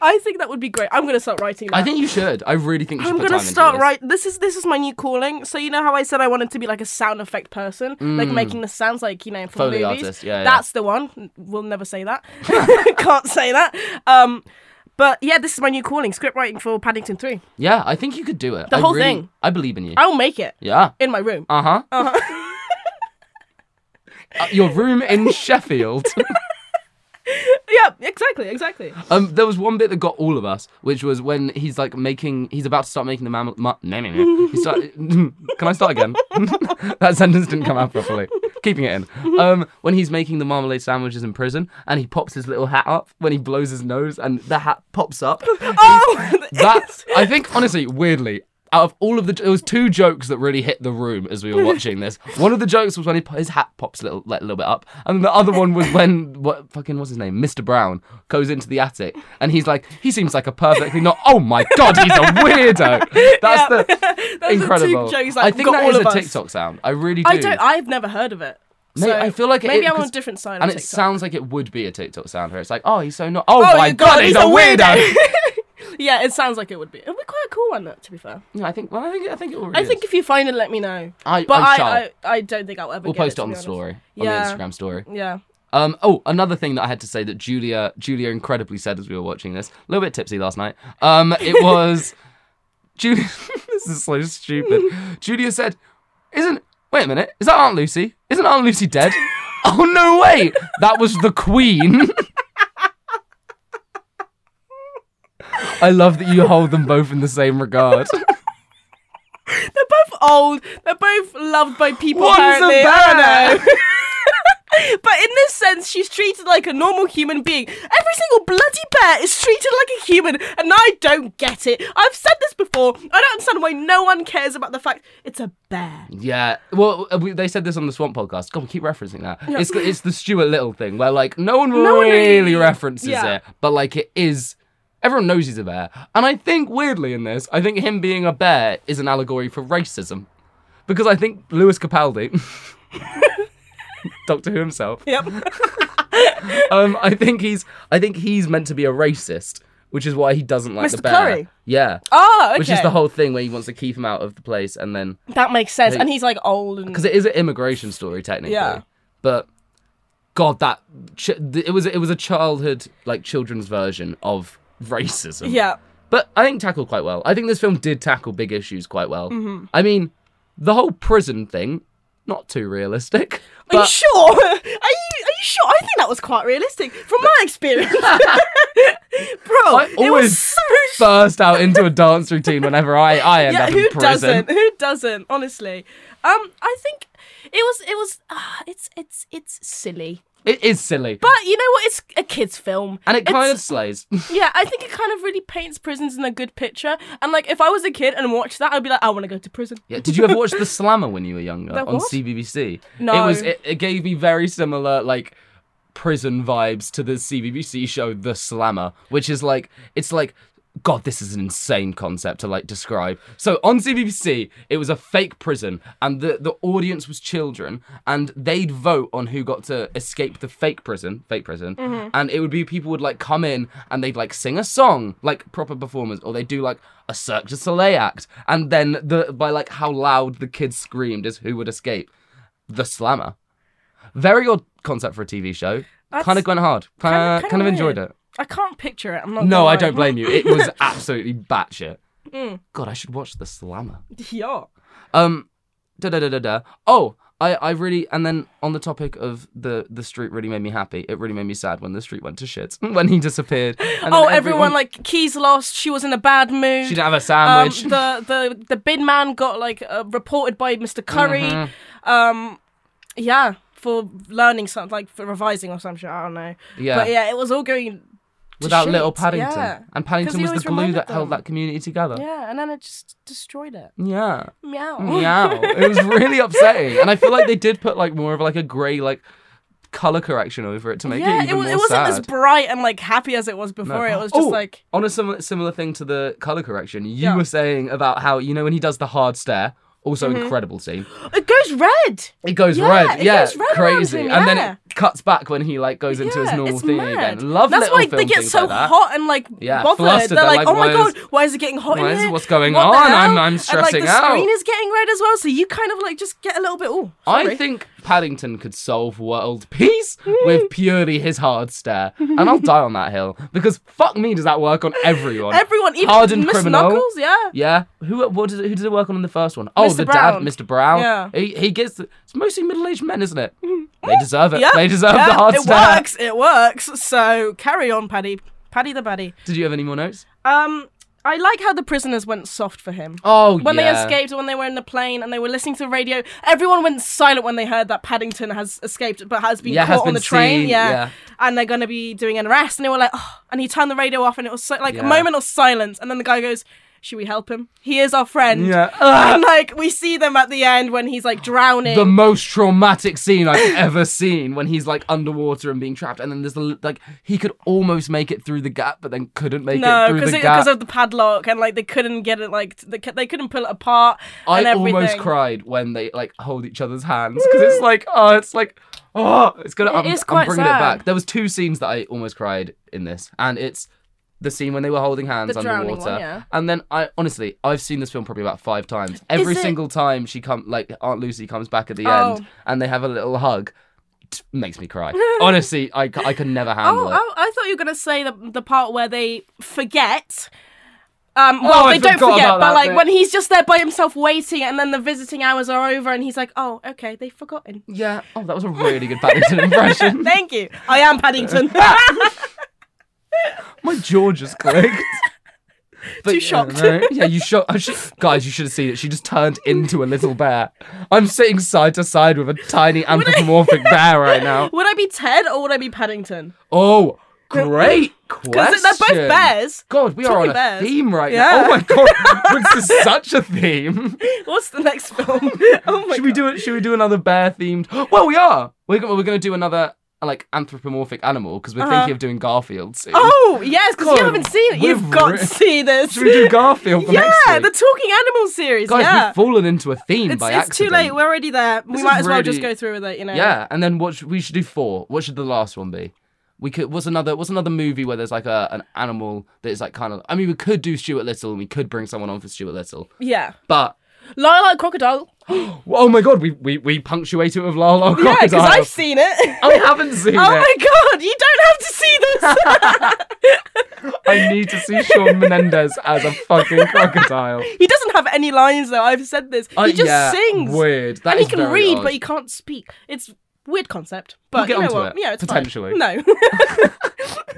[SPEAKER 2] I think that would be great. I'm gonna start writing. That.
[SPEAKER 1] I think you should. I really think you should
[SPEAKER 2] I'm
[SPEAKER 1] put time
[SPEAKER 2] gonna
[SPEAKER 1] into
[SPEAKER 2] start
[SPEAKER 1] this.
[SPEAKER 2] right. This is this is my new calling. So you know how I said I wanted to be like a sound effect person, like making the sounds like you know from
[SPEAKER 1] Foley
[SPEAKER 2] movies.
[SPEAKER 1] Mm. artist, yeah, yeah.
[SPEAKER 2] That's the one. We'll never say that. Can't say that. Um, but yeah, this is my new calling: script writing for Paddington Three.
[SPEAKER 1] Yeah, I think you could do it.
[SPEAKER 2] The
[SPEAKER 1] I
[SPEAKER 2] whole
[SPEAKER 1] really-
[SPEAKER 2] thing.
[SPEAKER 1] I believe in you.
[SPEAKER 2] I will make it
[SPEAKER 1] Yeah.
[SPEAKER 2] in my room.
[SPEAKER 1] Uh-huh.
[SPEAKER 2] Uh-huh.
[SPEAKER 1] Uh, Your room in Sheffield.
[SPEAKER 2] yeah, exactly, exactly.
[SPEAKER 1] Um, there was one bit that got all of us, which was when he's like making, he's about to start making the mammal. Ma- no, no, no. He start- Can I start again? that sentence didn't come out properly. Keeping it in. Um, when he's making the marmalade sandwiches in prison, and he pops his little hat up when he blows his nose, and the hat pops up.
[SPEAKER 2] Oh,
[SPEAKER 1] That I think, honestly, weirdly. Out of all of the, there was two jokes that really hit the room as we were watching this. One of the jokes was when he, his hat pops a little, like, a little bit up, and the other one was when what fucking what's his name, Mr. Brown, goes into the attic, and he's like, he seems like a perfectly not. Oh my god, he's a weirdo. That's
[SPEAKER 2] Yeah.
[SPEAKER 1] the
[SPEAKER 2] That's
[SPEAKER 1] incredible.
[SPEAKER 2] The two jokes,
[SPEAKER 1] I
[SPEAKER 2] like,
[SPEAKER 1] think
[SPEAKER 2] got
[SPEAKER 1] that
[SPEAKER 2] all
[SPEAKER 1] is
[SPEAKER 2] of
[SPEAKER 1] a
[SPEAKER 2] us.
[SPEAKER 1] TikTok sound. I really do.
[SPEAKER 2] I don't. I've never heard of it.
[SPEAKER 1] Mate,
[SPEAKER 2] So
[SPEAKER 1] I feel like it-
[SPEAKER 2] maybe I'm on
[SPEAKER 1] because-
[SPEAKER 2] a different side.
[SPEAKER 1] and
[SPEAKER 2] of
[SPEAKER 1] it
[SPEAKER 2] TikTok.
[SPEAKER 1] sounds like it would be a TikTok sound where it's like, oh, he's so not. Oh,
[SPEAKER 2] Oh
[SPEAKER 1] my god, he's, a weirdo.
[SPEAKER 2] yeah, it sounds like it would be. It would be quite a cool one, though, to be fair.
[SPEAKER 1] no, I think. Well, I think. I think it already
[SPEAKER 2] I think
[SPEAKER 1] is.
[SPEAKER 2] if you find it, let me know.
[SPEAKER 1] I,
[SPEAKER 2] But
[SPEAKER 1] I
[SPEAKER 2] I,
[SPEAKER 1] shall.
[SPEAKER 2] I, I don't think I'll ever.
[SPEAKER 1] We'll
[SPEAKER 2] get
[SPEAKER 1] post it
[SPEAKER 2] it, to
[SPEAKER 1] on
[SPEAKER 2] be
[SPEAKER 1] the
[SPEAKER 2] honest.
[SPEAKER 1] story
[SPEAKER 2] Yeah.
[SPEAKER 1] on the Instagram story.
[SPEAKER 2] Yeah.
[SPEAKER 1] Um, oh, another thing that I had to say that Julia Julia incredibly said as we were watching this, a little bit tipsy last night. Um, it was Julia. this is so stupid. Julia said, "Isn't wait a minute? Is that Aunt Lucy? Isn't Aunt Lucy dead? oh no way! That was the Queen." I love that you hold them both in the same regard.
[SPEAKER 2] They're both old. They're both loved by people.
[SPEAKER 1] One's a
[SPEAKER 2] apparently. I don't
[SPEAKER 1] banner.
[SPEAKER 2] know. But in this sense, she's treated like a normal human being. Every single bloody bear is treated like a human, and I don't get it. I've said this before. I don't understand why no one cares about the fact it's a bear.
[SPEAKER 1] Yeah. Well, uh, we, they said this on the Swamp podcast. God, we keep referencing that. It's the, it's the Stuart Little thing where like no one
[SPEAKER 2] No one
[SPEAKER 1] really
[SPEAKER 2] really-
[SPEAKER 1] references
[SPEAKER 2] yeah.
[SPEAKER 1] it, but like it is. Everyone knows he's a bear, and I think weirdly in this, I think him being a bear is an allegory for racism, because I think Lewis Capaldi, Doctor Who himself,
[SPEAKER 2] Yep.
[SPEAKER 1] um, I think he's I think he's meant to be a racist, which is why he doesn't like the
[SPEAKER 2] Mr.
[SPEAKER 1] bear.
[SPEAKER 2] Curry.
[SPEAKER 1] Yeah.
[SPEAKER 2] Oh, okay.
[SPEAKER 1] Which is the whole thing where he wants to keep him out of the place, and then
[SPEAKER 2] That makes sense. And he's like old and.
[SPEAKER 1] because it is an immigration story technically.
[SPEAKER 2] Yeah.
[SPEAKER 1] But God, that ch- it was it was a childhood like children's version of racism.
[SPEAKER 2] Yeah.
[SPEAKER 1] But I think tackled quite well. I think this film did tackle big issues quite well.
[SPEAKER 2] Mm-hmm.
[SPEAKER 1] I mean, the whole prison thing, not too realistic.
[SPEAKER 2] Are you
[SPEAKER 1] But
[SPEAKER 2] sure? Are you are you sure? I think that was quite realistic from my experience. Bro,
[SPEAKER 1] I
[SPEAKER 2] it was
[SPEAKER 1] always
[SPEAKER 2] so sh-
[SPEAKER 1] burst out into a dance routine whenever I, I end
[SPEAKER 2] Yeah,
[SPEAKER 1] up in
[SPEAKER 2] who
[SPEAKER 1] prison.
[SPEAKER 2] doesn't? Who doesn't? Honestly. Um I think it was it was ah, it's it's it's silly.
[SPEAKER 1] It is silly.
[SPEAKER 2] But Uh, you know what? It's a kids film.
[SPEAKER 1] and it
[SPEAKER 2] It's-
[SPEAKER 1] kind of slays.
[SPEAKER 2] Yeah, I think it kind of really paints prisons in a good picture. And like if I was a kid and watched that, I'd be like I want to go to prison.
[SPEAKER 1] Yeah, did you ever watch The Slammer when you were younger
[SPEAKER 2] The
[SPEAKER 1] on
[SPEAKER 2] what?
[SPEAKER 1] CBBC?
[SPEAKER 2] No.
[SPEAKER 1] It was it, it gave me very similar like prison vibes to the CBBC show The Slammer, which is like it's like God, this is an insane concept to like describe. So on CBBC, it was a fake prison, and the, the audience was children, and they'd vote on who got to escape the fake prison, fake prison, and it would be people would like come in and they'd like sing a song, like proper performers, or they'd do like a Cirque du Soleil act, and then the by like how loud the kids screamed is who would escape. The Slammer, very odd concept for a TV show.
[SPEAKER 2] That's-
[SPEAKER 1] Kind of went hard. Kind
[SPEAKER 2] Kinda-
[SPEAKER 1] of
[SPEAKER 2] kinda
[SPEAKER 1] kind of enjoyed
[SPEAKER 2] weird.
[SPEAKER 1] it.
[SPEAKER 2] I can't picture it. I'm not
[SPEAKER 1] No,
[SPEAKER 2] gonna
[SPEAKER 1] I
[SPEAKER 2] lie.
[SPEAKER 1] don't blame you. It was absolutely batshit.
[SPEAKER 2] Mm.
[SPEAKER 1] God, I should watch The Slammer.
[SPEAKER 2] Yeah. Oh,
[SPEAKER 1] Um, da da da da da. Oh, I I really and then on the topic of the the street really made me happy. It really made me sad when the street went to shit when he disappeared. And
[SPEAKER 2] oh,
[SPEAKER 1] then
[SPEAKER 2] everyone, like keys lost. She was in a bad mood.
[SPEAKER 1] she didn't have a
[SPEAKER 2] um,
[SPEAKER 1] sandwich.
[SPEAKER 2] the the the bin man got like uh, reported by Mr. Curry.
[SPEAKER 1] Mm-hmm.
[SPEAKER 2] Um, yeah, for learning something like for revising or some shit. I don't know.
[SPEAKER 1] Yeah.
[SPEAKER 2] But yeah, it was all going to
[SPEAKER 1] Without little
[SPEAKER 2] shit,
[SPEAKER 1] Paddington,
[SPEAKER 2] Yeah.
[SPEAKER 1] and
[SPEAKER 2] 'Cause
[SPEAKER 1] Paddington
[SPEAKER 2] he
[SPEAKER 1] was the
[SPEAKER 2] always
[SPEAKER 1] glue
[SPEAKER 2] reminded
[SPEAKER 1] that held
[SPEAKER 2] them.
[SPEAKER 1] that community together.
[SPEAKER 2] Yeah, and then it just destroyed it.
[SPEAKER 1] yeah.
[SPEAKER 2] Meow.
[SPEAKER 1] Meow. it was really upsetting, and I feel like they did put like more of like a grey like color correction over it to make
[SPEAKER 2] yeah,
[SPEAKER 1] it even
[SPEAKER 2] it, was,
[SPEAKER 1] more
[SPEAKER 2] it wasn't
[SPEAKER 1] sad.
[SPEAKER 2] as bright and like happy as it was
[SPEAKER 1] No.
[SPEAKER 2] before. It was just
[SPEAKER 1] Oh,
[SPEAKER 2] like
[SPEAKER 1] on a similar similar thing to the color correction. You
[SPEAKER 2] Yeah.
[SPEAKER 1] were saying about how you know when he does the hard stare. Also incredible scene.
[SPEAKER 2] it goes red.
[SPEAKER 1] It goes
[SPEAKER 2] Mm-hmm. Yeah,
[SPEAKER 1] red,
[SPEAKER 2] it
[SPEAKER 1] yeah,
[SPEAKER 2] goes red around
[SPEAKER 1] crazy,
[SPEAKER 2] him,
[SPEAKER 1] and then
[SPEAKER 2] yeah.
[SPEAKER 1] it cuts back when he like goes into his
[SPEAKER 2] Yeah,
[SPEAKER 1] normal
[SPEAKER 2] it's
[SPEAKER 1] thing
[SPEAKER 2] mad.
[SPEAKER 1] again. Love
[SPEAKER 2] That's
[SPEAKER 1] little
[SPEAKER 2] why
[SPEAKER 1] film
[SPEAKER 2] they get
[SPEAKER 1] things
[SPEAKER 2] so
[SPEAKER 1] like that.
[SPEAKER 2] hot and like
[SPEAKER 1] Yeah,
[SPEAKER 2] bothered.
[SPEAKER 1] flustered.
[SPEAKER 2] They're,
[SPEAKER 1] They're
[SPEAKER 2] like,
[SPEAKER 1] like,
[SPEAKER 2] oh my
[SPEAKER 1] "Why is-
[SPEAKER 2] god, why is it getting hot
[SPEAKER 1] why
[SPEAKER 2] in
[SPEAKER 1] is-
[SPEAKER 2] here?
[SPEAKER 1] what's going
[SPEAKER 2] What the
[SPEAKER 1] on? I'm-
[SPEAKER 2] hell?"
[SPEAKER 1] I'm stressing
[SPEAKER 2] and, like, the
[SPEAKER 1] out.
[SPEAKER 2] screen is getting red as well, so you kind of like just get a little bit. Oh,
[SPEAKER 1] I think Paddington could solve world peace with purely his hard stare, and I'll die on that hill because fuck me, does that work on everyone?
[SPEAKER 2] everyone, even
[SPEAKER 1] hardened
[SPEAKER 2] Miss
[SPEAKER 1] criminal.
[SPEAKER 2] Knuckles, yeah.
[SPEAKER 1] Yeah. Who what did who did it work on in the first one? Oh,
[SPEAKER 2] Mr.
[SPEAKER 1] the
[SPEAKER 2] Brown.
[SPEAKER 1] dad, Mr. Brown.
[SPEAKER 2] Yeah. Mm-hmm.
[SPEAKER 1] He he gets the, it's mostly middle aged men, isn't it? They deserve it.
[SPEAKER 2] Yeah,
[SPEAKER 1] They deserve
[SPEAKER 2] yeah,
[SPEAKER 1] the hard
[SPEAKER 2] It
[SPEAKER 1] stare.
[SPEAKER 2] works. It works. So carry on, Paddy. Paddy the Baddy.
[SPEAKER 1] Did you have any more notes?
[SPEAKER 2] Um, I like how the prisoners went soft for him.
[SPEAKER 1] Oh
[SPEAKER 2] When
[SPEAKER 1] yeah.
[SPEAKER 2] they escaped, when they were in the plane, and they were listening to the radio, everyone went silent when they heard that Paddington has escaped, but has been
[SPEAKER 1] Yeah,
[SPEAKER 2] caught
[SPEAKER 1] has
[SPEAKER 2] on
[SPEAKER 1] been
[SPEAKER 2] the train.
[SPEAKER 1] seen,
[SPEAKER 2] Yeah.
[SPEAKER 1] yeah.
[SPEAKER 2] and they're going to be doing an arrest, and they were like, oh, and he turned the radio off, and it was so, like
[SPEAKER 1] Yeah.
[SPEAKER 2] a moment of silence, and then the guy goes, "Should we help him? He is our friend."
[SPEAKER 1] Yeah.
[SPEAKER 2] And like we see them at the end when he's like drowning.
[SPEAKER 1] the most traumatic scene I've ever seen when he's like underwater and being trapped, and then there's the, like he could almost make it through the gap, but then couldn't make it
[SPEAKER 2] no,
[SPEAKER 1] through
[SPEAKER 2] because
[SPEAKER 1] the gap.
[SPEAKER 2] because of the padlock and like they couldn't get it like they, c- they couldn't pull it apart.
[SPEAKER 1] I
[SPEAKER 2] and everything.
[SPEAKER 1] almost cried when they like hold each other's hands because it's like oh, it's like oh, it's gonna.
[SPEAKER 2] It
[SPEAKER 1] I'm,
[SPEAKER 2] is
[SPEAKER 1] I'm
[SPEAKER 2] quite
[SPEAKER 1] bringing it
[SPEAKER 2] sad.
[SPEAKER 1] back. There was two scenes that I almost cried in this, and it's the scene when they were holding hands
[SPEAKER 2] The drowning
[SPEAKER 1] underwater,
[SPEAKER 2] one, yeah.
[SPEAKER 1] and then I honestly I've seen this film probably about five times. Every
[SPEAKER 2] it-
[SPEAKER 1] single time she come like Aunt Lucy comes back at the
[SPEAKER 2] Oh.
[SPEAKER 1] end and they have a little hug. T- Makes me cry. Honestly, I, c- I could never handle
[SPEAKER 2] Oh,
[SPEAKER 1] it.
[SPEAKER 2] oh, I thought you were gonna say the the part where they forget. Um, well,
[SPEAKER 1] Oh, I
[SPEAKER 2] they don't
[SPEAKER 1] forgot
[SPEAKER 2] forget,
[SPEAKER 1] about
[SPEAKER 2] but
[SPEAKER 1] that
[SPEAKER 2] like
[SPEAKER 1] bit.
[SPEAKER 2] when he's just there by himself waiting, and then the visiting hours are over, and he's like, "Oh, okay, they've forgotten."
[SPEAKER 1] Yeah. Oh, that was a really good Paddington impression.
[SPEAKER 2] Thank you. I am Paddington.
[SPEAKER 1] My jaw just clicked.
[SPEAKER 2] Too shocked.
[SPEAKER 1] uh, yeah, you shocked. I should- guys, you should have seen it. She just turned into a little bear. I'm sitting side to side with a tiny anthropomorphic bear right now.
[SPEAKER 2] Would I be Ted or would I be Paddington?
[SPEAKER 1] Oh, great question.
[SPEAKER 2] Because they're both bears.
[SPEAKER 1] God, we are
[SPEAKER 2] Totally
[SPEAKER 1] on a
[SPEAKER 2] bears.
[SPEAKER 1] theme right
[SPEAKER 2] Yeah.
[SPEAKER 1] now. Oh my god, this is such a theme.
[SPEAKER 2] What's the next film? oh my
[SPEAKER 1] should we do it? Should we do another bear themed? Well, we are. We're gonna, we're gonna do another like anthropomorphic animal because we're
[SPEAKER 2] Uh-huh.
[SPEAKER 1] thinking of doing Garfield soon.
[SPEAKER 2] Oh yes, because you
[SPEAKER 1] God,
[SPEAKER 2] haven't seen it. You've
[SPEAKER 1] we've
[SPEAKER 2] got
[SPEAKER 1] re-
[SPEAKER 2] to see this.
[SPEAKER 1] Should we do Garfield for next
[SPEAKER 2] yeah,
[SPEAKER 1] week?
[SPEAKER 2] the talking animal series.
[SPEAKER 1] Guys,
[SPEAKER 2] yeah,
[SPEAKER 1] we've fallen into a theme
[SPEAKER 2] it's,
[SPEAKER 1] by
[SPEAKER 2] it's too
[SPEAKER 1] accident.
[SPEAKER 2] late. We're already there.
[SPEAKER 1] This
[SPEAKER 2] we might
[SPEAKER 1] is
[SPEAKER 2] as well just
[SPEAKER 1] really-
[SPEAKER 2] go through with it. You know.
[SPEAKER 1] Yeah, and then what should, we should do four. What should the last one be? We could. What's another? What's another movie where there's like a an animal that is like kind of. I mean, we could do Stuart Little, and we could bring someone on for Stuart Little,
[SPEAKER 2] Yeah.
[SPEAKER 1] but
[SPEAKER 2] Lie like crocodile.
[SPEAKER 1] oh my god, we we we punctuate it with La La Crocodile.
[SPEAKER 2] Yeah, because I've seen it.
[SPEAKER 1] I haven't seen
[SPEAKER 2] Oh
[SPEAKER 1] it.
[SPEAKER 2] my god, you don't have to see this!
[SPEAKER 1] I need to see Sean Menendez as a fucking crocodile.
[SPEAKER 2] he doesn't have any lines though, I've said this.
[SPEAKER 1] Uh,
[SPEAKER 2] he just
[SPEAKER 1] yeah,
[SPEAKER 2] sings.
[SPEAKER 1] Weird. That
[SPEAKER 2] and he
[SPEAKER 1] is
[SPEAKER 2] can
[SPEAKER 1] very
[SPEAKER 2] read,
[SPEAKER 1] odd.
[SPEAKER 2] but he can't speak. It's weird concept. But
[SPEAKER 1] get
[SPEAKER 2] you know
[SPEAKER 1] onto
[SPEAKER 2] what?
[SPEAKER 1] it,
[SPEAKER 2] Yeah, it's
[SPEAKER 1] potentially.
[SPEAKER 2] Fine. No.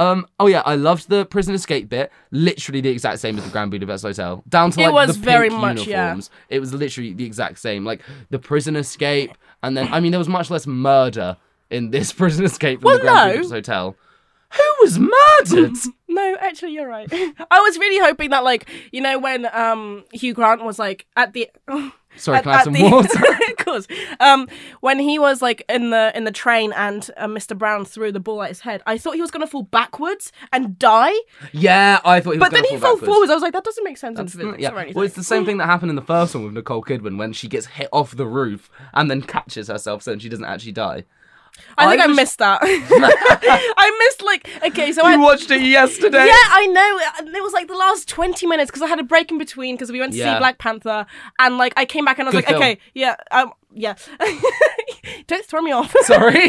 [SPEAKER 1] Um. Oh yeah, I loved the prison escape bit. Literally the exact same as the Grand Budapest Hotel, down to
[SPEAKER 2] It
[SPEAKER 1] like
[SPEAKER 2] was
[SPEAKER 1] the
[SPEAKER 2] very
[SPEAKER 1] pink
[SPEAKER 2] much, yeah.
[SPEAKER 1] uniforms. It was literally the exact same. Like the prison escape, and then I mean there was much less murder in this prison escape than
[SPEAKER 2] Well,
[SPEAKER 1] the Grand
[SPEAKER 2] no.
[SPEAKER 1] Budapest Hotel. Who was murdered?
[SPEAKER 2] no, actually you're right. I was really hoping that like, you know, when um Hugh Grant was like at the
[SPEAKER 1] Sorry,
[SPEAKER 2] at,
[SPEAKER 1] can I have
[SPEAKER 2] at
[SPEAKER 1] some
[SPEAKER 2] the,
[SPEAKER 1] water?
[SPEAKER 2] of course. Um, when he was like in the in the train and uh, Mr. Brown threw the ball at his head, I thought he was gonna fall backwards and die,
[SPEAKER 1] yeah, I thought. He was
[SPEAKER 2] but
[SPEAKER 1] gonna
[SPEAKER 2] then he
[SPEAKER 1] fall
[SPEAKER 2] fell
[SPEAKER 1] backwards.
[SPEAKER 2] forwards. I was like, that doesn't make sense in
[SPEAKER 1] Mm,
[SPEAKER 2] physics
[SPEAKER 1] yeah.
[SPEAKER 2] or anything.
[SPEAKER 1] Well, it's the same thing that happened in the first one with Nicole Kidman when she gets hit off the roof and then catches herself, so she doesn't actually die.
[SPEAKER 2] I think I,
[SPEAKER 1] I was-
[SPEAKER 2] missed that. I missed like okay, so I.
[SPEAKER 1] You watched it yesterday.
[SPEAKER 2] yeah, I know. And It was like the last twenty minutes because I had a break in between because we went to see
[SPEAKER 1] Yeah.
[SPEAKER 2] Black Panther and like I came back and I was
[SPEAKER 1] Good
[SPEAKER 2] like,
[SPEAKER 1] film.
[SPEAKER 2] okay, yeah, um, yeah. Don't throw me off.
[SPEAKER 1] Sorry.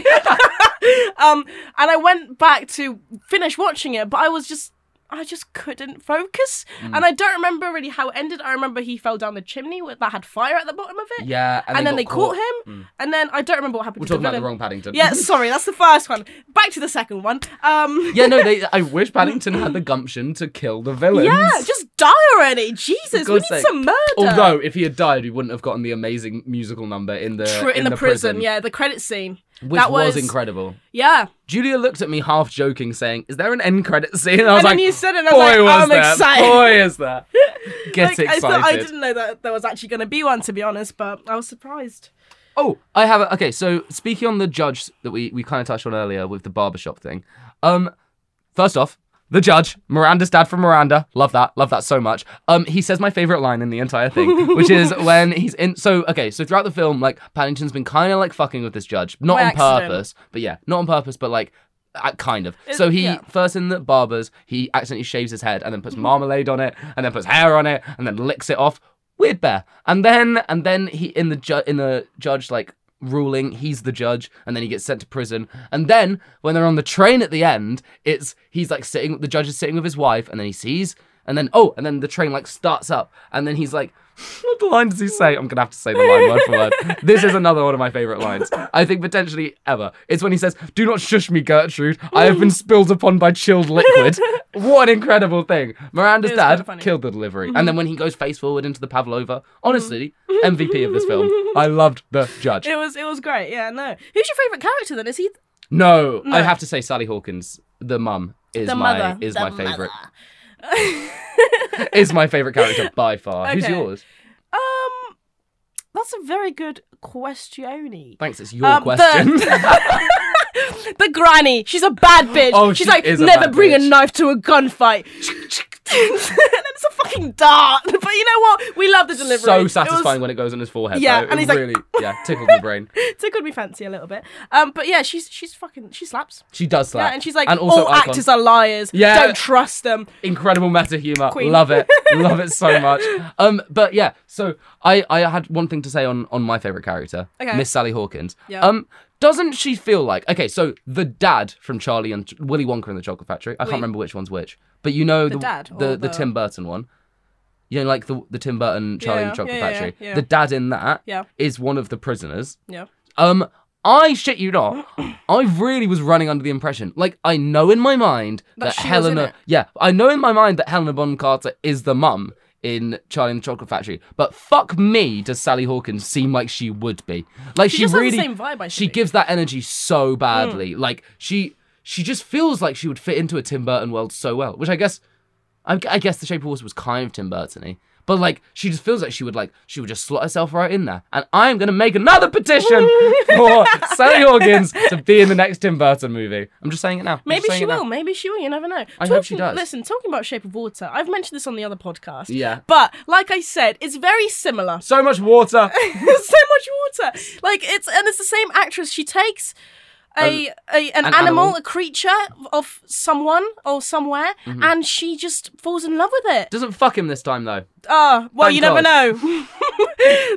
[SPEAKER 2] um, and I went back to finish watching it, but I was just. I just couldn't focus,
[SPEAKER 1] Mm.
[SPEAKER 2] and I don't remember really how it ended. I remember he fell down the chimney with, that had fire at the bottom of it,
[SPEAKER 1] yeah,
[SPEAKER 2] and, then
[SPEAKER 1] got Mm.
[SPEAKER 2] they caught, him, and then I don't remember what happened.
[SPEAKER 1] We're
[SPEAKER 2] to
[SPEAKER 1] talking about the
[SPEAKER 2] villain.
[SPEAKER 1] wrong Paddington.
[SPEAKER 2] Yeah, sorry, that's the first one. Back to the second one. Um,
[SPEAKER 1] yeah, no, they, I wish Paddington had the gumption to kill the villains.
[SPEAKER 2] yeah, just die already, Jesus! We need
[SPEAKER 1] God's sake.
[SPEAKER 2] some murder.
[SPEAKER 1] Although, uh, if he had died, we wouldn't have gotten the amazing musical number in the
[SPEAKER 2] Tr- in, the, prison, yeah, the credit scene.
[SPEAKER 1] which
[SPEAKER 2] that was,
[SPEAKER 1] was... incredible.
[SPEAKER 2] Yeah,
[SPEAKER 1] Julia looked at me half joking, saying, "Is there an end credit scene?" And I was
[SPEAKER 2] and
[SPEAKER 1] like,
[SPEAKER 2] then you said it, and I
[SPEAKER 1] "Boy,
[SPEAKER 2] was like,
[SPEAKER 1] was
[SPEAKER 2] I'm
[SPEAKER 1] there!
[SPEAKER 2] excited.
[SPEAKER 1] Boy, is there!" Get
[SPEAKER 2] Like, I,
[SPEAKER 1] excited!
[SPEAKER 2] thought, I didn't know that there was actually going to be one, to be honest, but I was surprised.
[SPEAKER 1] Oh, I have a, okay. So speaking on the judge that we we kind of touched on earlier with the barbershop thing. Um, first off, the judge, Miranda's dad from Miranda, love that, love that so much. Um, he says my favorite line in the entire thing, which is when he's in. So okay, so throughout the film, like Paddington's been kind of like fucking with this judge, not
[SPEAKER 2] By
[SPEAKER 1] on
[SPEAKER 2] accident.
[SPEAKER 1] purpose, but yeah, not on purpose, but like. uh, kind of.
[SPEAKER 2] It-
[SPEAKER 1] so he
[SPEAKER 2] yeah. Mm-hmm.
[SPEAKER 1] first in the barbers, he accidentally shaves his head and then puts marmalade on it, and then puts hair on it, and then licks it off. Weird bear. And then and then he in the ju- in the judge like ruling, he's the judge, and then he gets sent to prison. And then when they're on the train at the end, it's he's like sitting. The judge is sitting with his wife, and then he sees, and then oh, and then the train like starts up, and then he's like. What the line does he say? I'm gonna have to say the line word for word. This is another one of my favorite lines. I think potentially ever. It's when he says, "Do not shush me, Gertrude. I have been spilled upon by chilled liquid." what an incredible thing! Miranda's
[SPEAKER 2] It was kinda
[SPEAKER 1] dad
[SPEAKER 2] funny. Mm-hmm.
[SPEAKER 1] killed the delivery, and then when he goes face forward into the pavlova, honestly, MVP of this film. I loved the judge.
[SPEAKER 2] It was it was great. Yeah, no. Who's your favorite character then? Is he
[SPEAKER 1] No,
[SPEAKER 2] No.
[SPEAKER 1] I have to say Sally Hawkins, the mum, is
[SPEAKER 2] the
[SPEAKER 1] my
[SPEAKER 2] mother?
[SPEAKER 1] is
[SPEAKER 2] The
[SPEAKER 1] my favorite
[SPEAKER 2] mother.
[SPEAKER 1] is my favorite character by far. Who's
[SPEAKER 2] Okay.
[SPEAKER 1] yours?
[SPEAKER 2] um, that's a very good questione.
[SPEAKER 1] Thanks, it's your
[SPEAKER 2] Um, the-
[SPEAKER 1] question.
[SPEAKER 2] The granny, she's a bad bitch.
[SPEAKER 1] Oh,
[SPEAKER 2] she's
[SPEAKER 1] she
[SPEAKER 2] like,
[SPEAKER 1] is a
[SPEAKER 2] never
[SPEAKER 1] bad
[SPEAKER 2] bring a
[SPEAKER 1] bitch."
[SPEAKER 2] knife to a gunfight. and it's a fucking dart. But you know what? We love the delivery.
[SPEAKER 1] so
[SPEAKER 2] It
[SPEAKER 1] satisfying
[SPEAKER 2] was,
[SPEAKER 1] when it goes on his forehead.
[SPEAKER 2] Yeah,
[SPEAKER 1] though. It
[SPEAKER 2] and he's like-
[SPEAKER 1] really, yeah, tickled the brain.
[SPEAKER 2] so it could be fancy a little bit. Um, but yeah, she's she's fucking she slaps.
[SPEAKER 1] She does slap.
[SPEAKER 2] Yeah, and she's like,
[SPEAKER 1] also
[SPEAKER 2] all
[SPEAKER 1] icon.
[SPEAKER 2] actors are liars.
[SPEAKER 1] Yeah.
[SPEAKER 2] don't trust them.
[SPEAKER 1] incredible meta humor.
[SPEAKER 2] Queen.
[SPEAKER 1] Love it. Love it so much. Um, but yeah, so I I had one thing to say on on my favorite character,
[SPEAKER 2] Okay.
[SPEAKER 1] Miss Sally Hawkins.
[SPEAKER 2] Yeah.
[SPEAKER 1] Um, doesn't she feel like okay? So the dad from Charlie and Willy Wonka and the Chocolate Factory. I
[SPEAKER 2] Wait.
[SPEAKER 1] can't remember which one's which, but you know the
[SPEAKER 2] dad or
[SPEAKER 1] the, the
[SPEAKER 2] the-
[SPEAKER 1] Tim Burton one. You know, like the the Tim Burton Charlie
[SPEAKER 2] Yeah,
[SPEAKER 1] and the Chocolate
[SPEAKER 2] yeah, yeah,
[SPEAKER 1] Factory.
[SPEAKER 2] yeah.
[SPEAKER 1] The dad in that is
[SPEAKER 2] Yeah.
[SPEAKER 1] one of the prisoners.
[SPEAKER 2] Yeah.
[SPEAKER 1] Um, I shit you not, I really was running under the impression, like I know in my mind
[SPEAKER 2] That
[SPEAKER 1] that
[SPEAKER 2] she was in
[SPEAKER 1] Helena,
[SPEAKER 2] it.
[SPEAKER 1] yeah, I know in my mind that Helena Bonham Carter is the mum in Charlie and the Chocolate Factory, but fuck me, does Sally Hawkins seem like she would be? Like she,
[SPEAKER 2] She just has the
[SPEAKER 1] really,
[SPEAKER 2] same vibe, I
[SPEAKER 1] she
[SPEAKER 2] think. Mm.
[SPEAKER 1] gives that energy so badly. Like she, she just feels like she would fit into a Tim Burton world so well, which I guess I, I guess The Shape of Water was kind of Tim Burton-y. But like, she just feels like she would like she would just slot herself right in there. And I'm gonna make another petition for Sally Hawkins to be in the next Tim Burton movie. I'm just saying it now. I'm
[SPEAKER 2] Maybe
[SPEAKER 1] just saying
[SPEAKER 2] she
[SPEAKER 1] it now.
[SPEAKER 2] will. Maybe she will. You never know.
[SPEAKER 1] I hope she does.
[SPEAKER 2] Listen, talking about Shape of Water, I've mentioned this on the other podcast.
[SPEAKER 1] Yeah.
[SPEAKER 2] But like I said, it's very similar.
[SPEAKER 1] So much water.
[SPEAKER 2] so much water. Like it's and it's the same actress. She takes a, a
[SPEAKER 1] an
[SPEAKER 2] an, animal,
[SPEAKER 1] animal.
[SPEAKER 2] a creature of someone or somewhere,
[SPEAKER 1] Mm-hmm.
[SPEAKER 2] and she just falls in love with it.
[SPEAKER 1] Doesn't fuck him this time though.
[SPEAKER 2] Ah, well,
[SPEAKER 1] Thank
[SPEAKER 2] you never know.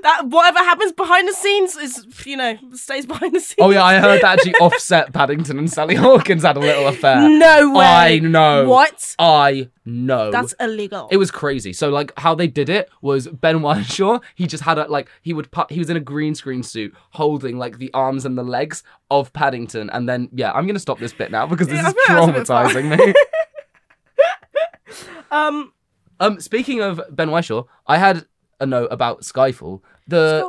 [SPEAKER 2] that whatever happens behind the scenes is you know stays behind the scenes.
[SPEAKER 1] Oh yeah, I heard that actually offset Paddington and Sally Hawkins had a little affair.
[SPEAKER 2] No way.
[SPEAKER 1] Oh, I know.
[SPEAKER 2] What?
[SPEAKER 1] I know.
[SPEAKER 2] That's illegal.
[SPEAKER 1] It was crazy. So like how they did it was Ben Wishaw. He just had a like he would pu- he was in a green screen suit holding like the arms and the legs of Paddington, and then yeah, I'm gonna stop this bit now because this
[SPEAKER 2] Yeah, I
[SPEAKER 1] is
[SPEAKER 2] feel like that's a bit
[SPEAKER 1] traumatizing me.
[SPEAKER 2] um.
[SPEAKER 1] um, speaking of Ben Wishaw, I had a note about Skyfall. The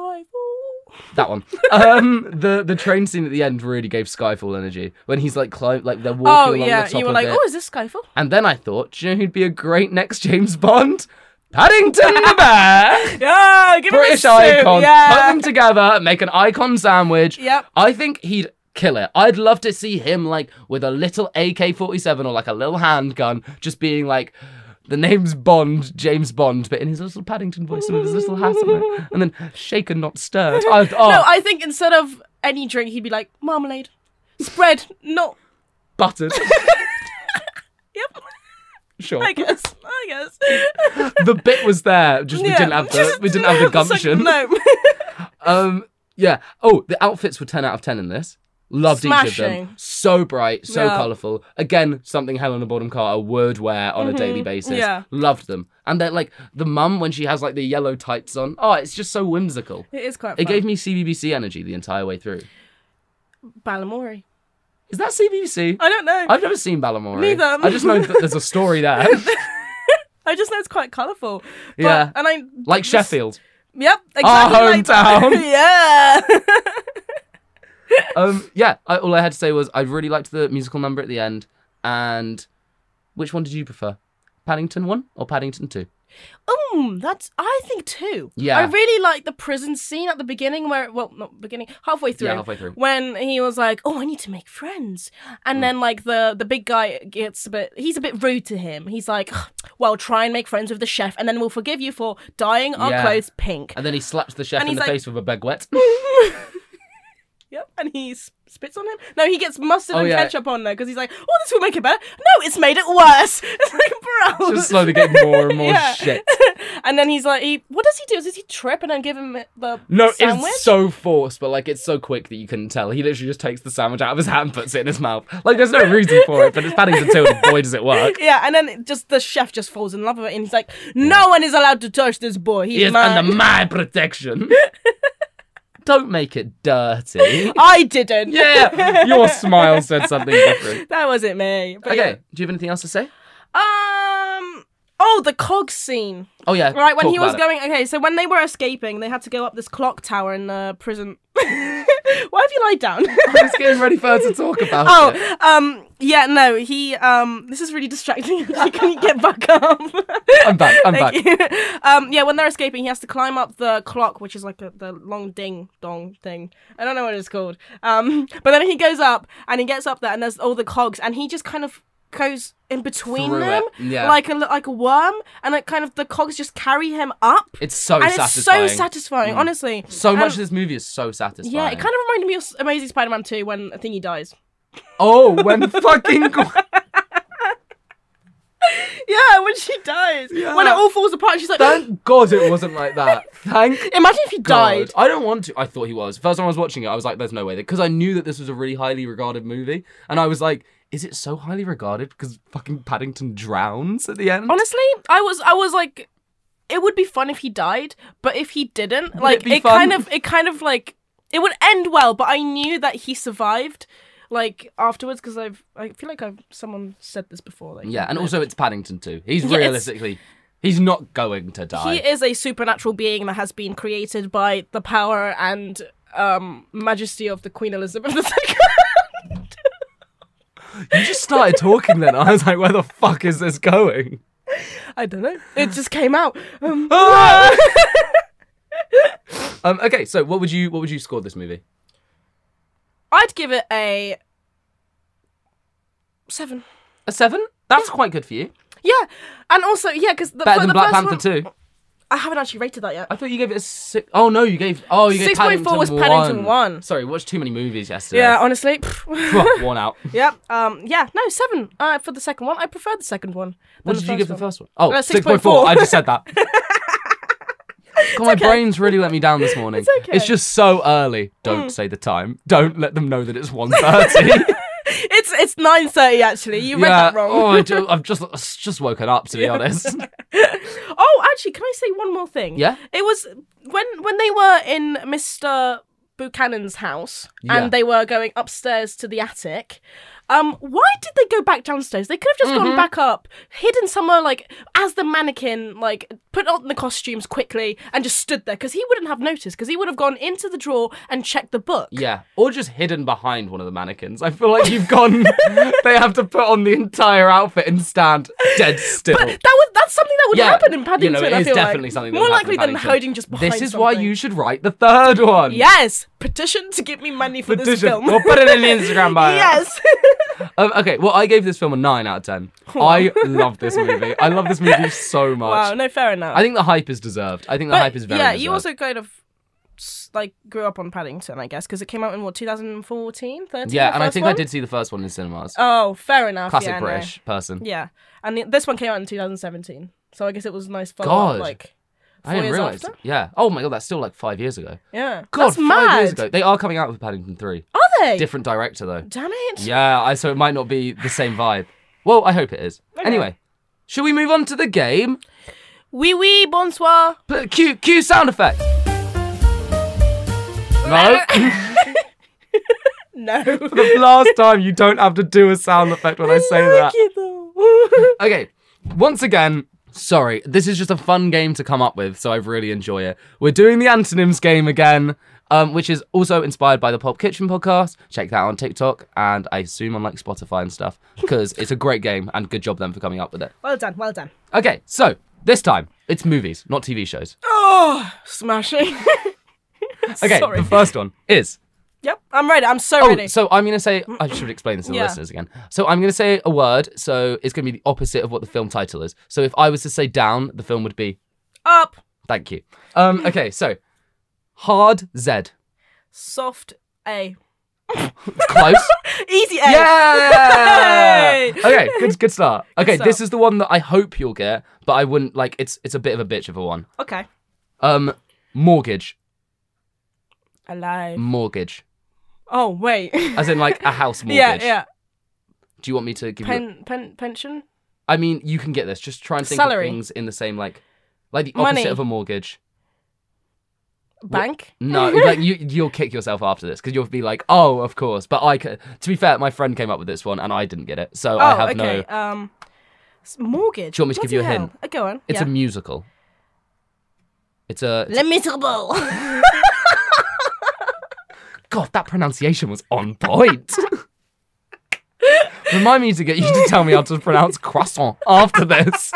[SPEAKER 1] that one. Um, the the train scene at the end really gave Skyfall energy when he's like climb like they're walking
[SPEAKER 2] Oh
[SPEAKER 1] along
[SPEAKER 2] yeah,
[SPEAKER 1] the top
[SPEAKER 2] you were
[SPEAKER 1] of
[SPEAKER 2] like,
[SPEAKER 1] it.
[SPEAKER 2] oh, is this Skyfall?
[SPEAKER 1] And then I thought, do you know who'd be a great next James Bond? Paddington the bear.
[SPEAKER 2] Yeah, give
[SPEAKER 1] British
[SPEAKER 2] him a suit.
[SPEAKER 1] icon. Put
[SPEAKER 2] Yeah.
[SPEAKER 1] them together, make an icon sandwich.
[SPEAKER 2] Yep.
[SPEAKER 1] I think he'd kill it. I'd love to see him like with a little AK 47 or like a little handgun, just being like, the name's Bond, James Bond, but in his little Paddington voice and with his little hat on it. And then shaken, not stirred. I'd, oh,
[SPEAKER 2] No, I think instead of any drink, he'd be like marmalade, spread, not.
[SPEAKER 1] buttered.
[SPEAKER 2] Yep,
[SPEAKER 1] Sure.
[SPEAKER 2] I guess. I guess.
[SPEAKER 1] the bit was there, just we
[SPEAKER 2] Yeah,
[SPEAKER 1] didn't have the
[SPEAKER 2] just-
[SPEAKER 1] we didn't have the
[SPEAKER 2] it's like,
[SPEAKER 1] gumption.
[SPEAKER 2] no.
[SPEAKER 1] Um, yeah. Oh, the outfits were ten out of ten in this. Loved each of them.
[SPEAKER 2] Smashing.
[SPEAKER 1] So bright, so
[SPEAKER 2] Yeah.
[SPEAKER 1] colourful. Again, something Helena Bonham Carter would wear on a daily basis.
[SPEAKER 2] Mm-hmm. Yeah.
[SPEAKER 1] Loved them. And they're like the mum when she has like the yellow tights on. Oh, it's just so whimsical.
[SPEAKER 2] It is quite.
[SPEAKER 1] It
[SPEAKER 2] Fun.
[SPEAKER 1] gave me CBBC energy the entire way through.
[SPEAKER 2] Balamori.
[SPEAKER 1] Is that CBBC?
[SPEAKER 2] I don't know.
[SPEAKER 1] I've never seen Balamori.
[SPEAKER 2] Uh, Neither.
[SPEAKER 1] I just know that there's a story there.
[SPEAKER 2] I just know it's quite colourful. But-
[SPEAKER 1] Yeah.
[SPEAKER 2] and I
[SPEAKER 1] like
[SPEAKER 2] this-
[SPEAKER 1] Sheffield.
[SPEAKER 2] Yep, exactly.
[SPEAKER 1] Our
[SPEAKER 2] like that.
[SPEAKER 1] hometown.
[SPEAKER 2] yeah.
[SPEAKER 1] um, yeah, I, all I had to say was I really liked the musical number at the end. And which one did you prefer? Paddington 1 or Paddington 2?
[SPEAKER 2] Mm, that's I think too.
[SPEAKER 1] Yeah.
[SPEAKER 2] I really like the prison scene at the beginning where well not beginning halfway through.
[SPEAKER 1] Yeah, halfway through. Mm.
[SPEAKER 2] When he was like, "Oh, I need to make friends," and then like the the big guy gets a bit he's a bit rude to him. He's like, "Well, try and make friends with the chef, and then we'll forgive you for dyeing our
[SPEAKER 1] Yeah.
[SPEAKER 2] clothes pink."
[SPEAKER 1] And then he slaps the chef
[SPEAKER 2] And
[SPEAKER 1] in
[SPEAKER 2] he's
[SPEAKER 1] the
[SPEAKER 2] like-
[SPEAKER 1] face with a baguette.
[SPEAKER 2] Yep, and he s- spits on him. No, he gets mustard
[SPEAKER 1] Oh,
[SPEAKER 2] and
[SPEAKER 1] yeah.
[SPEAKER 2] ketchup on there because he's like, "Oh, this will make it better." No, it's made it worse. It's like, bro.
[SPEAKER 1] Just slowly getting more and more
[SPEAKER 2] Yeah.
[SPEAKER 1] shit.
[SPEAKER 2] And then he's like, he, what does he do? Does he trip and then give him the
[SPEAKER 1] No,
[SPEAKER 2] sandwich?
[SPEAKER 1] it's so forced, but like it's so quick that you couldn't tell. He literally just takes the sandwich out of his hand and puts it in his mouth. Like there's no reason for it, but it's Paddington 2 and boy does it work.
[SPEAKER 2] yeah, and then it just the chef just falls in love with it, and he's like, "No one is allowed to touch this boy. He's
[SPEAKER 1] He is
[SPEAKER 2] mine.
[SPEAKER 1] under my protection. Don't make it dirty.
[SPEAKER 2] I didn't.
[SPEAKER 1] Yeah, your smile said something different.
[SPEAKER 2] that wasn't me. But
[SPEAKER 1] Okay, do you have anything else to say?
[SPEAKER 2] yeah. Um. Oh, the cog scene.
[SPEAKER 1] Oh yeah,
[SPEAKER 2] Right when
[SPEAKER 1] talk
[SPEAKER 2] he was
[SPEAKER 1] about it.
[SPEAKER 2] going. Okay, so when they were escaping, they had to go up this clock tower in the prison. Why have you lied down?
[SPEAKER 1] I was getting ready for her to talk about it.
[SPEAKER 2] Oh, um, yeah, no, he, um, this is really distracting. actually. Can you get back up?
[SPEAKER 1] I'm back. I'm back.
[SPEAKER 2] Thank you. Um, yeah, when they're escaping, he has to climb up the clock, which is like a, the long ding dong thing. I don't know what it's called. Um, but then he goes up and he gets up there, and there's all the cogs, and he just kind of goes in between
[SPEAKER 1] Through
[SPEAKER 2] them,
[SPEAKER 1] it, yeah.
[SPEAKER 2] like a like a worm, and it kind of the cogs just carry him up.
[SPEAKER 1] It's so
[SPEAKER 2] and
[SPEAKER 1] satisfying.
[SPEAKER 2] it's so satisfying, Mm. honestly.
[SPEAKER 1] So much of
[SPEAKER 2] And-
[SPEAKER 1] this movie is so satisfying.
[SPEAKER 2] yeah, it kind of reminded me of S- Amazing Spider-Man 2 when I think he dies.
[SPEAKER 1] Oh, when fucking
[SPEAKER 2] Yeah, when she dies. When it all falls apart, she's like,
[SPEAKER 1] Thank God it wasn't like that. Thank
[SPEAKER 2] imagine if he
[SPEAKER 1] God.
[SPEAKER 2] died.
[SPEAKER 1] I don't want to. I thought he was. First time I was watching it, I was like, there's no way. Because I knew that this was a really highly regarded movie. And I was like, is it so highly regarded because fucking Paddington drowns at the end?
[SPEAKER 2] Honestly, I was I was like it would be fun if he died, but if he didn't,
[SPEAKER 1] it
[SPEAKER 2] like
[SPEAKER 1] be
[SPEAKER 2] it,
[SPEAKER 1] fun?
[SPEAKER 2] kind of it kind of like it would end well, but I knew that he survived. Like afterwards, because I've I feel like I've someone said this before. Like,
[SPEAKER 1] Yeah, and
[SPEAKER 2] no.
[SPEAKER 1] also it's Paddington too. He's
[SPEAKER 2] Yeah, it's-
[SPEAKER 1] realistically, he's not going to die.
[SPEAKER 2] he is a supernatural being that has been created by the power and um, majesty of the Queen Elizabeth II.
[SPEAKER 1] you just started talking then. I was like, where the fuck is this going?
[SPEAKER 2] I don't know. It just came out. Um,
[SPEAKER 1] Um, okay, so what would you what would you score this movie?
[SPEAKER 2] I'd give it a seven.
[SPEAKER 1] A seven? That's quite good for you.
[SPEAKER 2] Yeah, and also yeah, because the,
[SPEAKER 1] Better than
[SPEAKER 2] for the
[SPEAKER 1] Black
[SPEAKER 2] first
[SPEAKER 1] Panther
[SPEAKER 2] one,
[SPEAKER 1] two.
[SPEAKER 2] I haven't actually rated that yet.
[SPEAKER 1] I thought you gave it a six oh no, you gave oh you gave
[SPEAKER 2] 6.4
[SPEAKER 1] Paddington
[SPEAKER 2] was Paddington one.
[SPEAKER 1] Sorry, watched too many movies yesterday.
[SPEAKER 2] Yeah, honestly. pff.
[SPEAKER 1] worn out. What
[SPEAKER 2] yep. Um. Yeah. No, seven. Uh, for the second one, I prefer the second one. than
[SPEAKER 1] did you give the
[SPEAKER 2] one.
[SPEAKER 1] first one? Oh,
[SPEAKER 2] Uh,
[SPEAKER 1] 6.4.
[SPEAKER 2] 6.4.
[SPEAKER 1] I just said that. God, my brain's really let me down this morning. It's,
[SPEAKER 2] okay. Mm.
[SPEAKER 1] just so early. Don't say the time. Don't let them know that it's 1.30.
[SPEAKER 2] It's it's nine thirty actually. You read that wrong.
[SPEAKER 1] Oh, I ju- I've just I've just woken up to be honest.
[SPEAKER 2] Oh, actually, can I say one more thing?
[SPEAKER 1] Yeah?
[SPEAKER 2] It was when when they were in Mr. Buchanan's house
[SPEAKER 1] Yeah.
[SPEAKER 2] and they were going upstairs to the attic. Um, why did they go back downstairs? They could have just
[SPEAKER 1] Mm-hmm.
[SPEAKER 2] gone back up, hidden somewhere like as the mannequin, like put on the costumes quickly and just stood there because he wouldn't have noticed because he would have gone into the drawer and checked the book.
[SPEAKER 1] Yeah, or just hidden behind one of the mannequins. I feel like you've gone. they have to put on the entire outfit and stand dead still.
[SPEAKER 2] But that was that's something that would
[SPEAKER 1] Yeah,
[SPEAKER 2] happen in
[SPEAKER 1] you
[SPEAKER 2] Paddington.
[SPEAKER 1] know, it
[SPEAKER 2] I
[SPEAKER 1] is
[SPEAKER 2] feel
[SPEAKER 1] definitely
[SPEAKER 2] like.
[SPEAKER 1] something that
[SPEAKER 2] more
[SPEAKER 1] would happen
[SPEAKER 2] likely
[SPEAKER 1] in
[SPEAKER 2] than
[SPEAKER 1] Paddington.
[SPEAKER 2] hiding just behind.
[SPEAKER 1] This is
[SPEAKER 2] something.
[SPEAKER 1] why you should write the third one.
[SPEAKER 2] Yes, petition to give me money for this
[SPEAKER 1] Petition.
[SPEAKER 2] film.
[SPEAKER 1] We'll put it in the Instagram bio.
[SPEAKER 2] yes.
[SPEAKER 1] Um, okay, well, I gave this film a 9 out of 10. I love this movie. I love this movie so much.
[SPEAKER 2] wow. No, fair enough.
[SPEAKER 1] I think the hype is deserved. I think the
[SPEAKER 2] But,
[SPEAKER 1] hype is very
[SPEAKER 2] Yeah,
[SPEAKER 1] deserved.
[SPEAKER 2] you also kind of s- like grew up on Paddington, I guess, because it came out in what 2014, 13.
[SPEAKER 1] Yeah,
[SPEAKER 2] the
[SPEAKER 1] and I
[SPEAKER 2] first
[SPEAKER 1] think I
[SPEAKER 2] one?
[SPEAKER 1] did see the first one in cinemas.
[SPEAKER 2] Oh, fair enough.
[SPEAKER 1] Classic
[SPEAKER 2] yeah, no.
[SPEAKER 1] British person.
[SPEAKER 2] Yeah, and the, this one came out in 2017, so I guess it was a nice follow
[SPEAKER 1] God.
[SPEAKER 2] up. Like,
[SPEAKER 1] I
[SPEAKER 2] four
[SPEAKER 1] didn't
[SPEAKER 2] years
[SPEAKER 1] realize.
[SPEAKER 2] after?
[SPEAKER 1] Yeah. Oh my god, that's still like five years ago.
[SPEAKER 2] yeah,
[SPEAKER 1] God,
[SPEAKER 2] that's
[SPEAKER 1] five
[SPEAKER 2] mad. Oh.
[SPEAKER 1] years ago. They are coming out with Paddington 3.
[SPEAKER 2] Are they?
[SPEAKER 1] Different director though.
[SPEAKER 2] Damn it.
[SPEAKER 1] Yeah, I, so it might not be the same vibe. Well, I hope it is. Anyway, should we move on to the game?
[SPEAKER 2] Wee wee bonsoir.
[SPEAKER 1] Put- Cue, cue sound effect. No,
[SPEAKER 2] No.
[SPEAKER 1] the last time you don't have to do a sound effect when I say that.
[SPEAKER 2] Like it though.
[SPEAKER 1] Okay, once again, sorry. This is just a fun game to come up with, so I really enjoy it. We're doing the antonyms game again, um, which is also inspired by the Pop Kitchen podcast. Check that out on TikTok and I assume on like Spotify and stuff because it's a great game and good job them for coming up with it.
[SPEAKER 2] well done. Well done.
[SPEAKER 1] Okay, so this time it's movies, not TV shows.
[SPEAKER 2] Oh, smashing.
[SPEAKER 1] Okay,
[SPEAKER 2] Sorry.
[SPEAKER 1] the first one is.
[SPEAKER 2] Yep, I'm ready. I'm so
[SPEAKER 1] Oh,
[SPEAKER 2] ready.
[SPEAKER 1] so I'm gonna say I should explain this to the
[SPEAKER 2] Yeah.
[SPEAKER 1] listeners again. So I'm gonna say a word, so it's gonna be the opposite of what the film title is. So if I was to say down, the film would be
[SPEAKER 2] Up,
[SPEAKER 1] Thank you. Um, okay, so hard Z.
[SPEAKER 2] soft A.
[SPEAKER 1] It's Close.
[SPEAKER 2] Easy A.
[SPEAKER 1] yeah.
[SPEAKER 2] Hey!
[SPEAKER 1] okay, good good start. Okay,
[SPEAKER 2] start.
[SPEAKER 1] this is the one that I hope you'll get, but I wouldn't like it's it's a bit of a bitch of a one.
[SPEAKER 2] Okay.
[SPEAKER 1] Um mortgage.
[SPEAKER 2] Alive.
[SPEAKER 1] Mortgage.
[SPEAKER 2] Oh wait.
[SPEAKER 1] As in like a house mortgage.
[SPEAKER 2] yeah, yeah.
[SPEAKER 1] Do you want me to give you
[SPEAKER 2] Pen, pen, pension.
[SPEAKER 1] I mean, you can get this. Just try and think
[SPEAKER 2] Salary.
[SPEAKER 1] of things in the same like like the
[SPEAKER 2] Money.
[SPEAKER 1] opposite of a mortgage.
[SPEAKER 2] Bank.
[SPEAKER 1] No, like you you'll kick yourself after this because you'll be like, "Oh, of course." But I c- to be fair, my friend came up with this one and I didn't get it. So I
[SPEAKER 2] oh,
[SPEAKER 1] have no
[SPEAKER 2] okay. Um, s- mortgage.
[SPEAKER 1] Do you want me to give
[SPEAKER 2] Bloody
[SPEAKER 1] you a
[SPEAKER 2] hell.
[SPEAKER 1] hint?
[SPEAKER 2] Uh, go on.
[SPEAKER 1] It's a
[SPEAKER 2] yeah.
[SPEAKER 1] musical. It's a it's-
[SPEAKER 2] Lamentable.
[SPEAKER 1] God. That pronunciation was on point. Remind me to get you to tell me how to pronounce croissant after this.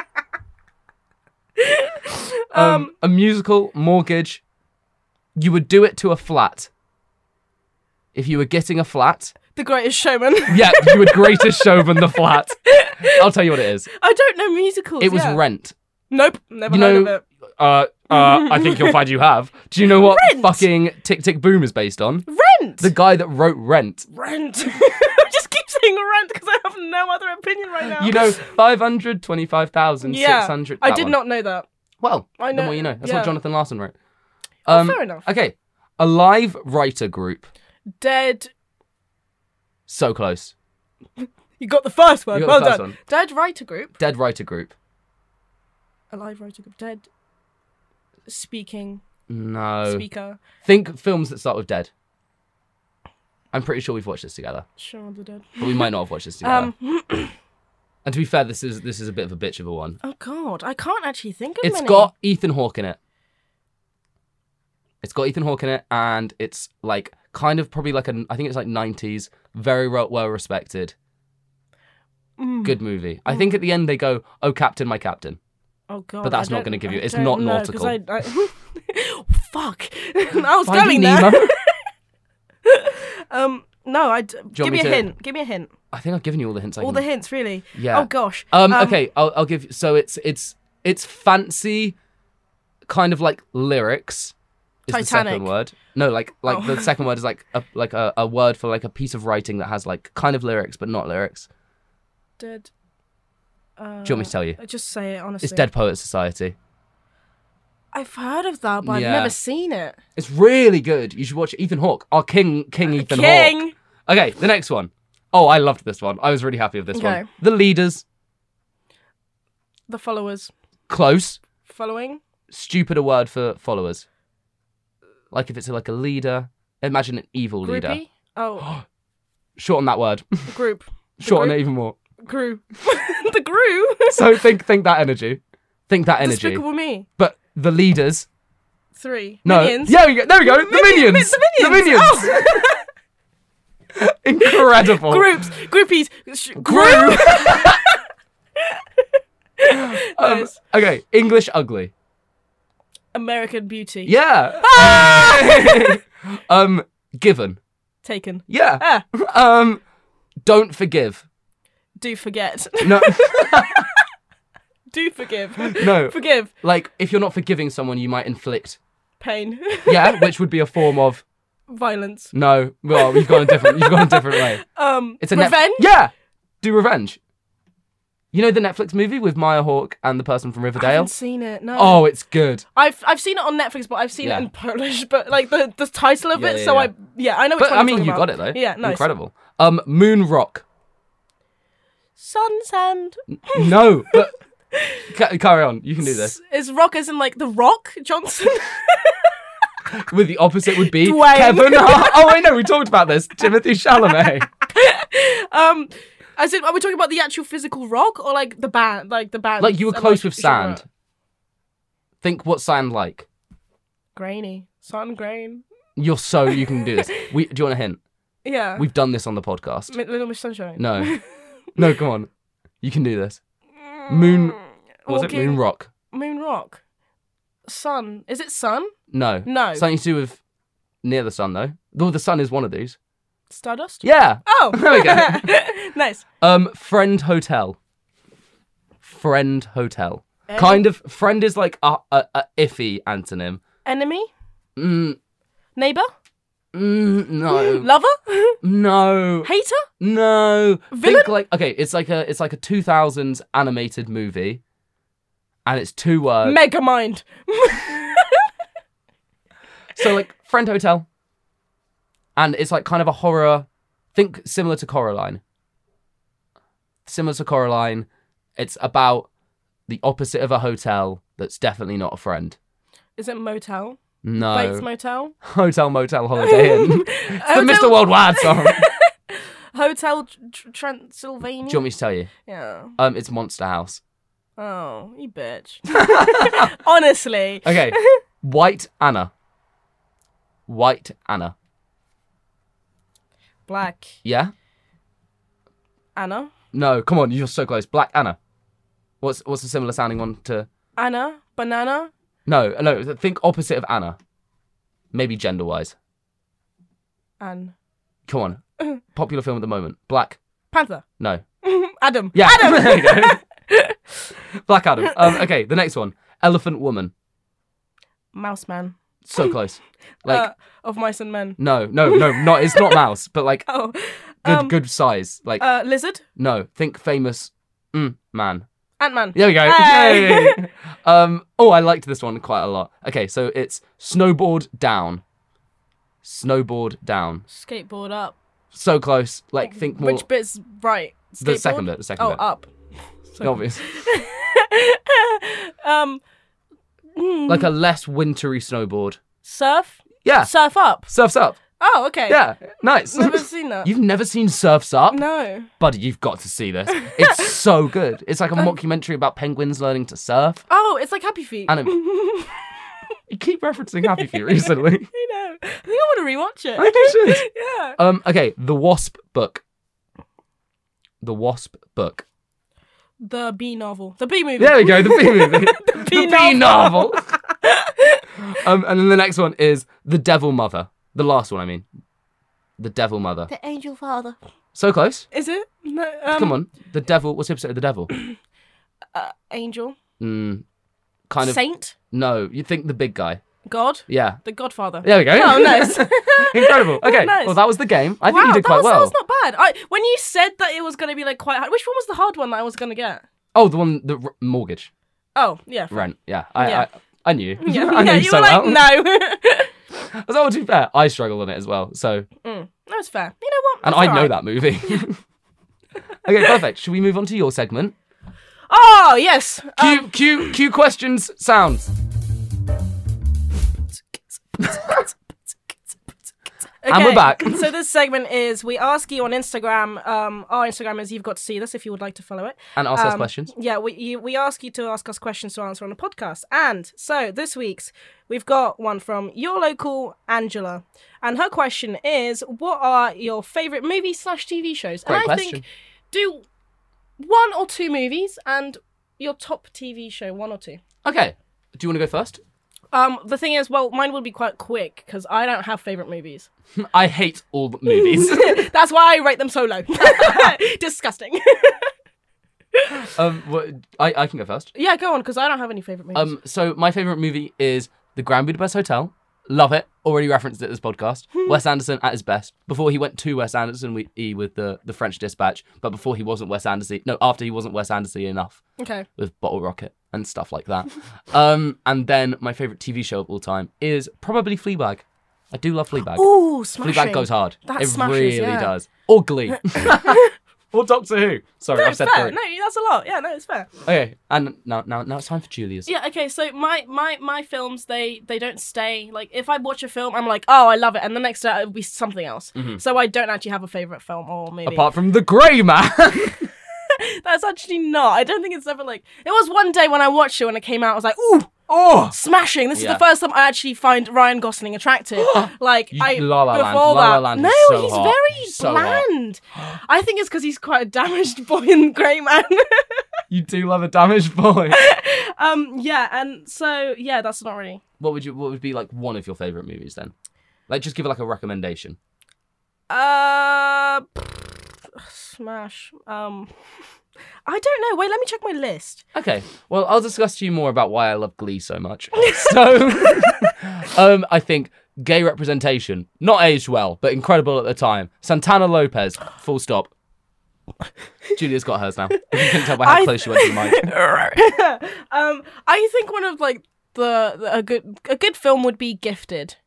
[SPEAKER 1] Um, a musical mortgage. You would do it to a flat. If you were getting a flat,
[SPEAKER 2] the Greatest Showman.
[SPEAKER 1] yeah, you would greatest showman the flat. I'll tell you what it is.
[SPEAKER 2] I don't know musicals.
[SPEAKER 1] It was
[SPEAKER 2] yeah.
[SPEAKER 1] Rent.
[SPEAKER 2] Nope. Never
[SPEAKER 1] You
[SPEAKER 2] heard
[SPEAKER 1] know-
[SPEAKER 2] of it.
[SPEAKER 1] Uh, uh, I think you'll find you have. Do you know what
[SPEAKER 2] Rent?
[SPEAKER 1] fucking Tick Tick Boom is based on?
[SPEAKER 2] Rent.
[SPEAKER 1] The guy that wrote Rent.
[SPEAKER 2] Rent. I just keep saying rent because I have no other opinion right now.
[SPEAKER 1] You know, 525,600.
[SPEAKER 2] I
[SPEAKER 1] that
[SPEAKER 2] did
[SPEAKER 1] one.
[SPEAKER 2] not know that.
[SPEAKER 1] Well,
[SPEAKER 2] I
[SPEAKER 1] the
[SPEAKER 2] know-
[SPEAKER 1] more you know. That's
[SPEAKER 2] yeah.
[SPEAKER 1] what Jonathan Larson wrote. Um,
[SPEAKER 2] Oh, fair enough.
[SPEAKER 1] Okay. A live writer group.
[SPEAKER 2] Dead.
[SPEAKER 1] So close.
[SPEAKER 2] You got the first one.
[SPEAKER 1] You got the
[SPEAKER 2] well
[SPEAKER 1] first
[SPEAKER 2] done.
[SPEAKER 1] one.
[SPEAKER 2] Dead writer group.
[SPEAKER 1] Dead writer group.
[SPEAKER 2] Alive writer group. Dead. Speaking.
[SPEAKER 1] No.
[SPEAKER 2] Speaker.
[SPEAKER 1] Oh. Think films that start with dead. I'm pretty sure we've watched this together,
[SPEAKER 2] Sure, they did.
[SPEAKER 1] but we might not have watched this together.
[SPEAKER 2] Um,
[SPEAKER 1] and to be fair, this is this is a bit of a bitch of a one.
[SPEAKER 2] oh god, I can't actually think of
[SPEAKER 1] It's
[SPEAKER 2] many.
[SPEAKER 1] got Ethan Hawke in it. It's got Ethan Hawke in it, and it's like kind of probably like an I think it's like 90s, very re- well respected,
[SPEAKER 2] Mm.
[SPEAKER 1] good movie. I think at the end they go, "Oh, Captain, my Captain."
[SPEAKER 2] Oh god,
[SPEAKER 1] But that's
[SPEAKER 2] I
[SPEAKER 1] not
[SPEAKER 2] don't-
[SPEAKER 1] gonna give you-
[SPEAKER 2] I
[SPEAKER 1] it's
[SPEAKER 2] don't
[SPEAKER 1] not
[SPEAKER 2] know, 'cause I, I- fuck, I was
[SPEAKER 1] Finding
[SPEAKER 2] going there.
[SPEAKER 1] Nemo?
[SPEAKER 2] Um, no, I d- give
[SPEAKER 1] me
[SPEAKER 2] me a
[SPEAKER 1] to-
[SPEAKER 2] hint. Give me a hint.
[SPEAKER 1] I think I've given you all the hints. I
[SPEAKER 2] All
[SPEAKER 1] can...
[SPEAKER 2] the hints, really.
[SPEAKER 1] Yeah.
[SPEAKER 2] Oh gosh.
[SPEAKER 1] Um, okay, I'll, I'll give. So it's it's it's fancy, kind of like lyrics. Is the
[SPEAKER 2] Titanic.
[SPEAKER 1] second word? No, like like
[SPEAKER 2] Oh.
[SPEAKER 1] the second word is like a like a, a word for like a piece of writing that has like kind of lyrics but not lyrics.
[SPEAKER 2] Dead.
[SPEAKER 1] Do you want me to tell you?
[SPEAKER 2] Just say it honestly.
[SPEAKER 1] It's Dead Poets Society.
[SPEAKER 2] I've heard of that, but
[SPEAKER 1] Yeah.
[SPEAKER 2] I've never seen it.
[SPEAKER 1] It's really good. You should watch it. Ethan Hawke, our king, King Ethan
[SPEAKER 2] Uh, King.
[SPEAKER 1] Hawke. Okay, the next one. Oh, I loved this one. I was really happy with this
[SPEAKER 2] Okay.
[SPEAKER 1] one. The leaders,
[SPEAKER 2] The followers
[SPEAKER 1] close,
[SPEAKER 2] following.
[SPEAKER 1] stupid a word for followers. Like if it's like a leader, imagine an evil leader.
[SPEAKER 2] Groupie. Oh,
[SPEAKER 1] shorten that word.
[SPEAKER 2] the group. The
[SPEAKER 1] shorten
[SPEAKER 2] group.
[SPEAKER 1] it even more.
[SPEAKER 2] Grew. the grew.
[SPEAKER 1] So think think that energy. Think that energy.
[SPEAKER 2] Despicable Me.
[SPEAKER 1] But the leaders.
[SPEAKER 2] Three.
[SPEAKER 1] No.
[SPEAKER 2] Minions.
[SPEAKER 1] Yeah, we go. There we go. The
[SPEAKER 2] Minion-
[SPEAKER 1] minions.
[SPEAKER 2] The minions. Oh.
[SPEAKER 1] The minions. Incredible.
[SPEAKER 2] Groups. Groupies. Sh-
[SPEAKER 1] Oh. Group. Um,
[SPEAKER 2] Nice.
[SPEAKER 1] okay. English ugly.
[SPEAKER 2] American Beauty.
[SPEAKER 1] Yeah.
[SPEAKER 2] Ah!
[SPEAKER 1] um. Given.
[SPEAKER 2] Taken.
[SPEAKER 1] Yeah.
[SPEAKER 2] Ah.
[SPEAKER 1] Um. Don't forgive.
[SPEAKER 2] Do forget.
[SPEAKER 1] No.
[SPEAKER 2] do forgive.
[SPEAKER 1] No.
[SPEAKER 2] Forgive.
[SPEAKER 1] Like if you're not forgiving someone, you might inflict.
[SPEAKER 2] Pain.
[SPEAKER 1] Yeah, which would be a form of
[SPEAKER 2] Violence.
[SPEAKER 1] no. Well, you've gone a different. You've gone a different way.
[SPEAKER 2] Um.
[SPEAKER 1] It's a Netf-
[SPEAKER 2] revenge.
[SPEAKER 1] yeah, do revenge. You know the Netflix movie with Maya Hawke and the person from
[SPEAKER 2] I
[SPEAKER 1] Riverdale.
[SPEAKER 2] haven't seen it. No.
[SPEAKER 1] Oh, it's good.
[SPEAKER 2] I've I've seen it on Netflix, but I've seen
[SPEAKER 1] Yeah.
[SPEAKER 2] it in Polish. But like the, the title of
[SPEAKER 1] Yeah,
[SPEAKER 2] it,
[SPEAKER 1] yeah,
[SPEAKER 2] so
[SPEAKER 1] yeah.
[SPEAKER 2] I yeah I know. Which
[SPEAKER 1] But I
[SPEAKER 2] one you're
[SPEAKER 1] mean,
[SPEAKER 2] talking
[SPEAKER 1] you got it
[SPEAKER 2] about.
[SPEAKER 1] though.
[SPEAKER 2] Yeah, nice.
[SPEAKER 1] incredible. Um, Moon Rock.
[SPEAKER 2] Sun's hand
[SPEAKER 1] No, but Ca- carry on. You can do this.
[SPEAKER 2] is rock as in like the Rock Johnson.
[SPEAKER 1] With the opposite would be
[SPEAKER 2] Dwayne.
[SPEAKER 1] Kevin. Hart. oh, I know. We talked about this. Timothy Chalamet.
[SPEAKER 2] um, as in, are we talking about the actual physical rock or like the band, like the band?
[SPEAKER 1] Like you were close with sand. Think what sand like.
[SPEAKER 2] Grainy, sun grain.
[SPEAKER 1] You're so you can do this. We do you want a hint?
[SPEAKER 2] Yeah.
[SPEAKER 1] We've done this on the podcast.
[SPEAKER 2] M- Little Miss Sunshine.
[SPEAKER 1] No, no, come on. You can do this. Moon. Was it
[SPEAKER 2] Walking-
[SPEAKER 1] Moon Rock?
[SPEAKER 2] Moon rock. Sun. Is it sun?
[SPEAKER 1] No.
[SPEAKER 2] No.
[SPEAKER 1] Something to do with near the sun though. Though the sun is one of these.
[SPEAKER 2] Stardust.
[SPEAKER 1] Yeah.
[SPEAKER 2] Oh.
[SPEAKER 1] There we go.
[SPEAKER 2] nice.
[SPEAKER 1] Um friend hotel. Friend hotel.
[SPEAKER 2] Eh?
[SPEAKER 1] Kind of friend is like a, a, a iffy antonym.
[SPEAKER 2] Enemy.
[SPEAKER 1] Mm,
[SPEAKER 2] Neighbor.
[SPEAKER 1] mm,
[SPEAKER 2] Hmm.
[SPEAKER 1] no.
[SPEAKER 2] Lover.
[SPEAKER 1] No.
[SPEAKER 2] Hater.
[SPEAKER 1] No.
[SPEAKER 2] Villain?
[SPEAKER 1] Think like okay, it's like a it's like a 2000s animated movie. And it's two words.
[SPEAKER 2] Mega mind.
[SPEAKER 1] so like friend hotel. And it's like kind of a horror think similar to Coraline. Similar to Coraline, it's about the opposite of a hotel that's definitely not a friend.
[SPEAKER 2] Is it motel?
[SPEAKER 1] No.
[SPEAKER 2] Bates Motel.
[SPEAKER 1] hotel motel holiday inn. it's the Mr.
[SPEAKER 2] Hotel-
[SPEAKER 1] Worldwide song. Do
[SPEAKER 2] Hotel Tr- Tr- Transylvania.
[SPEAKER 1] you want me to tell you?
[SPEAKER 2] yeah.
[SPEAKER 1] Um it's Monster House.
[SPEAKER 2] Oh, you bitch. Honestly.
[SPEAKER 1] Okay. White Anna. White Anna.
[SPEAKER 2] Black
[SPEAKER 1] Yeah?
[SPEAKER 2] Anna.
[SPEAKER 1] No, come on, you're so close. Black Anna. What's what's a similar sounding one to
[SPEAKER 2] Anna. Banana.
[SPEAKER 1] No, no. Think opposite of Anna. Maybe gender wise.
[SPEAKER 2] And
[SPEAKER 1] Come on. Popular film at the moment. Black.
[SPEAKER 2] Panther.
[SPEAKER 1] No.
[SPEAKER 2] Adam.
[SPEAKER 1] Yeah.
[SPEAKER 2] Adam.
[SPEAKER 1] There you go. Black Adam. Um, okay, the next one. Elephant Woman.
[SPEAKER 2] Mouse Man.
[SPEAKER 1] So close. Like
[SPEAKER 2] uh, of mice and men.
[SPEAKER 1] no, no, no. Not it's not mouse, but like
[SPEAKER 2] Oh.
[SPEAKER 1] good,
[SPEAKER 2] um,
[SPEAKER 1] good size. Like
[SPEAKER 2] Uh, lizard.
[SPEAKER 1] no. Think famous. Mm, man.
[SPEAKER 2] Ant Man.
[SPEAKER 1] There we go.
[SPEAKER 2] Hey.
[SPEAKER 1] Yay. um. Oh, I liked this one quite a lot. Okay, so it's snowboard down. Snowboard down.
[SPEAKER 2] Skateboard up.
[SPEAKER 1] So close. Like think more.
[SPEAKER 2] Which bit's right? Skateboard?
[SPEAKER 1] The second bit, the second
[SPEAKER 2] oh,
[SPEAKER 1] bit.
[SPEAKER 2] up.
[SPEAKER 1] obvious.
[SPEAKER 2] Um. hmm.
[SPEAKER 1] like a less wintry snowboard.
[SPEAKER 2] Surf.
[SPEAKER 1] Yeah.
[SPEAKER 2] Surf up.
[SPEAKER 1] Surf's up.
[SPEAKER 2] Oh, okay.
[SPEAKER 1] Yeah, nice.
[SPEAKER 2] Never seen that.
[SPEAKER 1] You've never seen Surfs Up?
[SPEAKER 2] No.
[SPEAKER 1] Buddy, you've got to see this. It's so good. It's
[SPEAKER 2] Um,
[SPEAKER 1] like a mockumentary about penguins learning to surf.
[SPEAKER 2] Oh, it's like Happy Feet.
[SPEAKER 1] And it-
[SPEAKER 2] I
[SPEAKER 1] You keep referencing Happy Feet recently.
[SPEAKER 2] know. I think I want to rewatch it.
[SPEAKER 1] I think you should.
[SPEAKER 2] yeah.
[SPEAKER 1] Um, okay, The Wasp Book. The Wasp Book.
[SPEAKER 2] The B novel. The B movie.
[SPEAKER 1] There we go, the B movie. the
[SPEAKER 2] B
[SPEAKER 1] novel. um, and then the next one is The Devil Mother. The last one, I mean. The Devil Mother.
[SPEAKER 2] The Angel Father.
[SPEAKER 1] So close.
[SPEAKER 2] Is it? No. Um,
[SPEAKER 1] Come on. The Devil. What's the opposite of the Devil?
[SPEAKER 2] Uh, angel.
[SPEAKER 1] Mm, kind of.
[SPEAKER 2] Saint.
[SPEAKER 1] No, you think the big guy.
[SPEAKER 2] God.
[SPEAKER 1] Yeah.
[SPEAKER 2] The Godfather.
[SPEAKER 1] There we go.
[SPEAKER 2] Oh, nice. Oh,
[SPEAKER 1] Incredible. Okay.
[SPEAKER 2] Nice.
[SPEAKER 1] Well, that was the game. I think
[SPEAKER 2] wow,
[SPEAKER 1] you did
[SPEAKER 2] that
[SPEAKER 1] quite
[SPEAKER 2] was,
[SPEAKER 1] well.
[SPEAKER 2] That was not bad. I, when you said that it was going to be like quite hard, which one was the hard one that I was going to get?
[SPEAKER 1] Oh, the one, the r- mortgage,
[SPEAKER 2] Oh, yeah.
[SPEAKER 1] rent. Yeah. I,
[SPEAKER 2] Yeah.
[SPEAKER 1] I, I knew.
[SPEAKER 2] Yeah,
[SPEAKER 1] I knew
[SPEAKER 2] yeah,
[SPEAKER 1] you
[SPEAKER 2] you
[SPEAKER 1] so
[SPEAKER 2] were like,
[SPEAKER 1] well.
[SPEAKER 2] no.
[SPEAKER 1] I was all too fair. I struggled on it as well. So,
[SPEAKER 2] Mm, that was fair. You know what?
[SPEAKER 1] and
[SPEAKER 2] That's
[SPEAKER 1] I
[SPEAKER 2] all
[SPEAKER 1] know
[SPEAKER 2] right.
[SPEAKER 1] that movie. okay, perfect. Should we move on to your segment?
[SPEAKER 2] Oh, yes. Uh,
[SPEAKER 1] Cue, cue, cue questions, sounds. And we're
[SPEAKER 2] okay.
[SPEAKER 1] back.
[SPEAKER 2] so this segment is we ask you on Instagram. Um, our Instagram is you've got to see this if you would like to follow it.
[SPEAKER 1] And ask us
[SPEAKER 2] Um,
[SPEAKER 1] questions.
[SPEAKER 2] Yeah, we you, we ask you to ask us questions to answer on the podcast. And so this week's we've got one from your local Angela, and her question is: What are your favorite movie slash TV shows?
[SPEAKER 1] Great
[SPEAKER 2] and I
[SPEAKER 1] question.
[SPEAKER 2] think do one or two movies and your top TV show, one or two.
[SPEAKER 1] Okay. Do you want to go first?
[SPEAKER 2] Um, the thing is, well, mine would be quite quick because I don't have favorite movies.
[SPEAKER 1] I hate all movies.
[SPEAKER 2] That's why I rate them so low. Disgusting.
[SPEAKER 1] um, wha- I, I can go first.
[SPEAKER 2] yeah, go on because I don't have any favorite movies.
[SPEAKER 1] Um, so my favorite movie is The Grand Budapest Hotel. Love it. Already referenced it this podcast. Wes Anderson at his best. Before he went to Wes Anderson we, he with the, the French Dispatch, but before he wasn't Wes Anderson. No, after he wasn't Wes Anderson enough
[SPEAKER 2] okay.
[SPEAKER 1] with Bottle Rocket and stuff like that. um, and then my favorite TV show of all time is probably Fleabag. I do love Fleabag.
[SPEAKER 2] Ooh,
[SPEAKER 1] Fleabag
[SPEAKER 2] smashing.
[SPEAKER 1] goes hard.
[SPEAKER 2] Oh, That
[SPEAKER 1] it
[SPEAKER 2] smashes,
[SPEAKER 1] really
[SPEAKER 2] yeah.
[SPEAKER 1] does. Or Glee. or Doctor Who. Sorry, I've
[SPEAKER 2] That's
[SPEAKER 1] said
[SPEAKER 2] fair.
[SPEAKER 1] three.
[SPEAKER 2] No, that's a lot. Yeah, no, it's fair.
[SPEAKER 1] Okay, and now now now it's time for Julia's.
[SPEAKER 2] Yeah, okay. So my my my films they they don't stay. Like if I watch a film, I'm like, oh, I love it, and the next day it'll be something else. So I don't actually have a favorite film or movie.
[SPEAKER 1] Mm-hmm. Apart from The Grey Man.
[SPEAKER 2] That's actually not. I don't think it's ever like. It was one day when I watched it when it came out. I was like, ooh,
[SPEAKER 1] oh!
[SPEAKER 2] smashing. This
[SPEAKER 1] Yeah.
[SPEAKER 2] is the first time I actually find Ryan Gosling attractive. like
[SPEAKER 1] You-
[SPEAKER 2] I
[SPEAKER 1] La La Land. La
[SPEAKER 2] before
[SPEAKER 1] La
[SPEAKER 2] that,
[SPEAKER 1] Land is
[SPEAKER 2] no,
[SPEAKER 1] so
[SPEAKER 2] he's
[SPEAKER 1] hot.
[SPEAKER 2] very
[SPEAKER 1] He's so hot.
[SPEAKER 2] bland. I think it's because he's quite a damaged boy and grey man.
[SPEAKER 1] You do love a damaged boy.
[SPEAKER 2] um, yeah, and so yeah, that's not really.
[SPEAKER 1] what would you? What would be like one of your favorite movies then? Like, just give it like a recommendation.
[SPEAKER 2] Uh, smash. Um, I don't know. Wait, let me check my list.
[SPEAKER 1] Okay. Well, I'll discuss to you more about why I love Glee so much. so, um, I think gay representation not aged well, but incredible at the time. Santana Lopez. Full stop. Julia's got hers now. If you couldn't tell by how
[SPEAKER 2] I-
[SPEAKER 1] close she went to the mic.
[SPEAKER 2] um, I think one of like the, the- a good a good film would be Gifted.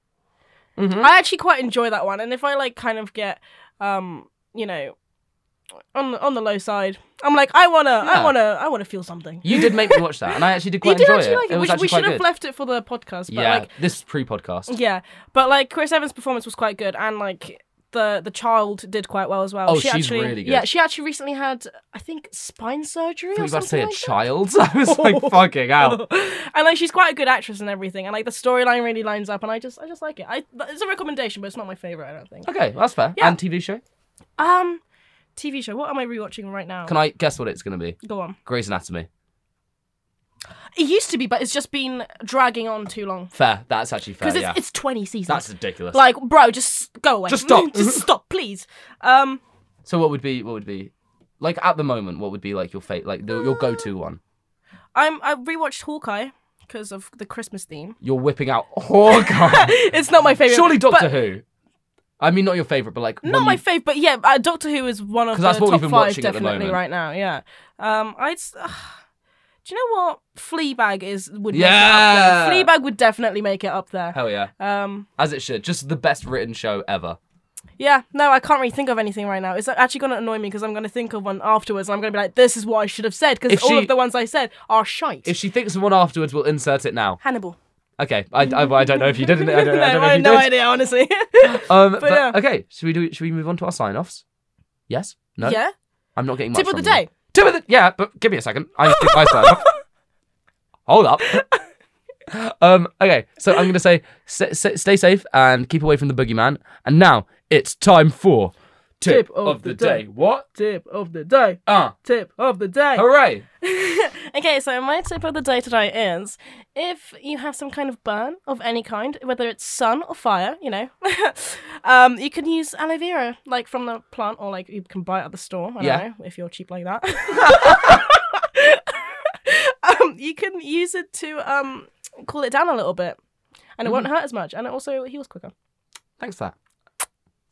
[SPEAKER 1] Mm-hmm.
[SPEAKER 2] I actually quite enjoy that one, and if I like kind of get um, you know, on the- on the low side, I'm like I wanna
[SPEAKER 1] Yeah.
[SPEAKER 2] I wanna I wanna feel something.
[SPEAKER 1] You did make me watch that, and I actually did
[SPEAKER 2] You
[SPEAKER 1] quite
[SPEAKER 2] did
[SPEAKER 1] enjoy
[SPEAKER 2] actually
[SPEAKER 1] it.
[SPEAKER 2] like it.
[SPEAKER 1] it
[SPEAKER 2] we,
[SPEAKER 1] was
[SPEAKER 2] sh- we
[SPEAKER 1] actually
[SPEAKER 2] should
[SPEAKER 1] quite
[SPEAKER 2] have
[SPEAKER 1] good.
[SPEAKER 2] left it for the podcast, but
[SPEAKER 1] yeah,
[SPEAKER 2] like
[SPEAKER 1] this is pre-podcast.
[SPEAKER 2] Yeah, but like Chris Evans' performance was quite good, and like the the child did quite well as well.
[SPEAKER 1] Oh,
[SPEAKER 2] she
[SPEAKER 1] she's
[SPEAKER 2] actually,
[SPEAKER 1] really good.
[SPEAKER 2] Yeah, she actually recently had, I think, spine surgery.
[SPEAKER 1] I
[SPEAKER 2] or
[SPEAKER 1] was about to
[SPEAKER 2] something
[SPEAKER 1] say a
[SPEAKER 2] like
[SPEAKER 1] child.
[SPEAKER 2] that.
[SPEAKER 1] I was like, fucking out.
[SPEAKER 2] and like she's quite a good actress and everything, and like the storyline really lines up, and I just I just like it. I th- it's a recommendation, but it's not my favorite. I don't think.
[SPEAKER 1] Okay, that's fair.
[SPEAKER 2] Yeah.
[SPEAKER 1] And TV show?
[SPEAKER 2] Um, TV show. What am I rewatching right now?
[SPEAKER 1] Can I guess what it's going to be?
[SPEAKER 2] Go on.
[SPEAKER 1] Grey's Anatomy.
[SPEAKER 2] It used to be, but it's just been dragging on too long
[SPEAKER 1] Fair. That's actually fair.
[SPEAKER 2] because it's
[SPEAKER 1] Uh, yeah.
[SPEAKER 2] it's twenty seasons.
[SPEAKER 1] That's ridiculous.
[SPEAKER 2] like, bro, just go away.
[SPEAKER 1] Just stop.
[SPEAKER 2] just stop, please. Um,
[SPEAKER 1] so what would be what would be like at the moment? What would be like your fate? Like the, your go-to one?
[SPEAKER 2] I'm I rewatched Hawkeye because of the Christmas theme.
[SPEAKER 1] You're whipping out Hawkeye.
[SPEAKER 2] It's not my favorite.
[SPEAKER 1] Surely Doctor
[SPEAKER 2] but-
[SPEAKER 1] Who. I mean, not your favorite, but like
[SPEAKER 2] Not
[SPEAKER 1] one
[SPEAKER 2] my
[SPEAKER 1] you-
[SPEAKER 2] favorite, but yeah, uh, Doctor Who is one of
[SPEAKER 1] 'Cause
[SPEAKER 2] the
[SPEAKER 1] that's what we've
[SPEAKER 2] top
[SPEAKER 1] been
[SPEAKER 2] five
[SPEAKER 1] watching at the
[SPEAKER 2] definitely
[SPEAKER 1] moment.
[SPEAKER 2] right now. Yeah. Um, I'd. s do you know what Fleabag is? Would
[SPEAKER 1] Yeah.
[SPEAKER 2] Make it up there. Fleabag would definitely make it up there.
[SPEAKER 1] Hell yeah,
[SPEAKER 2] Um,
[SPEAKER 1] as it should. Just the best written show ever.
[SPEAKER 2] yeah. No, I can't really think of anything right now. It's actually going to annoy me because I'm going to think of one afterwards, and I'm going to be like, "This is what I should have said," because
[SPEAKER 1] If
[SPEAKER 2] all
[SPEAKER 1] she-
[SPEAKER 2] of the ones I said are shite.
[SPEAKER 1] If she thinks of one afterwards, we'll insert it now.
[SPEAKER 2] Hannibal.
[SPEAKER 1] Okay, I, I, I don't know if you did. I don't, I don't know
[SPEAKER 2] I
[SPEAKER 1] if
[SPEAKER 2] have
[SPEAKER 1] you
[SPEAKER 2] no
[SPEAKER 1] did.
[SPEAKER 2] idea, honestly.
[SPEAKER 1] Um,
[SPEAKER 2] But
[SPEAKER 1] but,
[SPEAKER 2] yeah.
[SPEAKER 1] okay, should we do? Should we move on to our sign offs? Yes. No.
[SPEAKER 2] Yeah.
[SPEAKER 1] I'm not getting much
[SPEAKER 2] Tip of
[SPEAKER 1] from
[SPEAKER 2] the
[SPEAKER 1] you.
[SPEAKER 2] day.
[SPEAKER 1] Tip of the yeah, but give me a second. I need to get my sign off. Hold up. Um. Okay, so I'm gonna say s- s- stay safe and keep away from the boogeyman. And now it's time for
[SPEAKER 2] Tip of the day.
[SPEAKER 1] What?
[SPEAKER 2] Tip of the day.
[SPEAKER 1] Ah!
[SPEAKER 2] Tip of the day.
[SPEAKER 1] hooray!
[SPEAKER 2] okay, so my tip of the day today is if you have some kind of burn of any kind, whether it's sun or fire, you know, um, you can use aloe vera, like from the plant, or like you can buy it at the store. I
[SPEAKER 1] Yeah.
[SPEAKER 2] don't know if you're cheap like that. um, you can use it to um, cool it down a little bit. And it won't hurt as much, and it also heals quicker.
[SPEAKER 1] Thanks for that.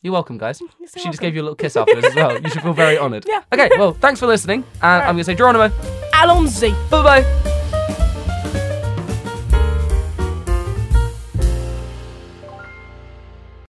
[SPEAKER 1] You're welcome, guys.
[SPEAKER 2] You're so
[SPEAKER 1] she just
[SPEAKER 2] welcome.
[SPEAKER 1] gave you a little kiss afterwards as well. You should feel very honoured.
[SPEAKER 2] Yeah.
[SPEAKER 1] Okay, well, thanks for listening. And I'm going to say Geronimo.
[SPEAKER 2] Allons-y.
[SPEAKER 1] Bye bye.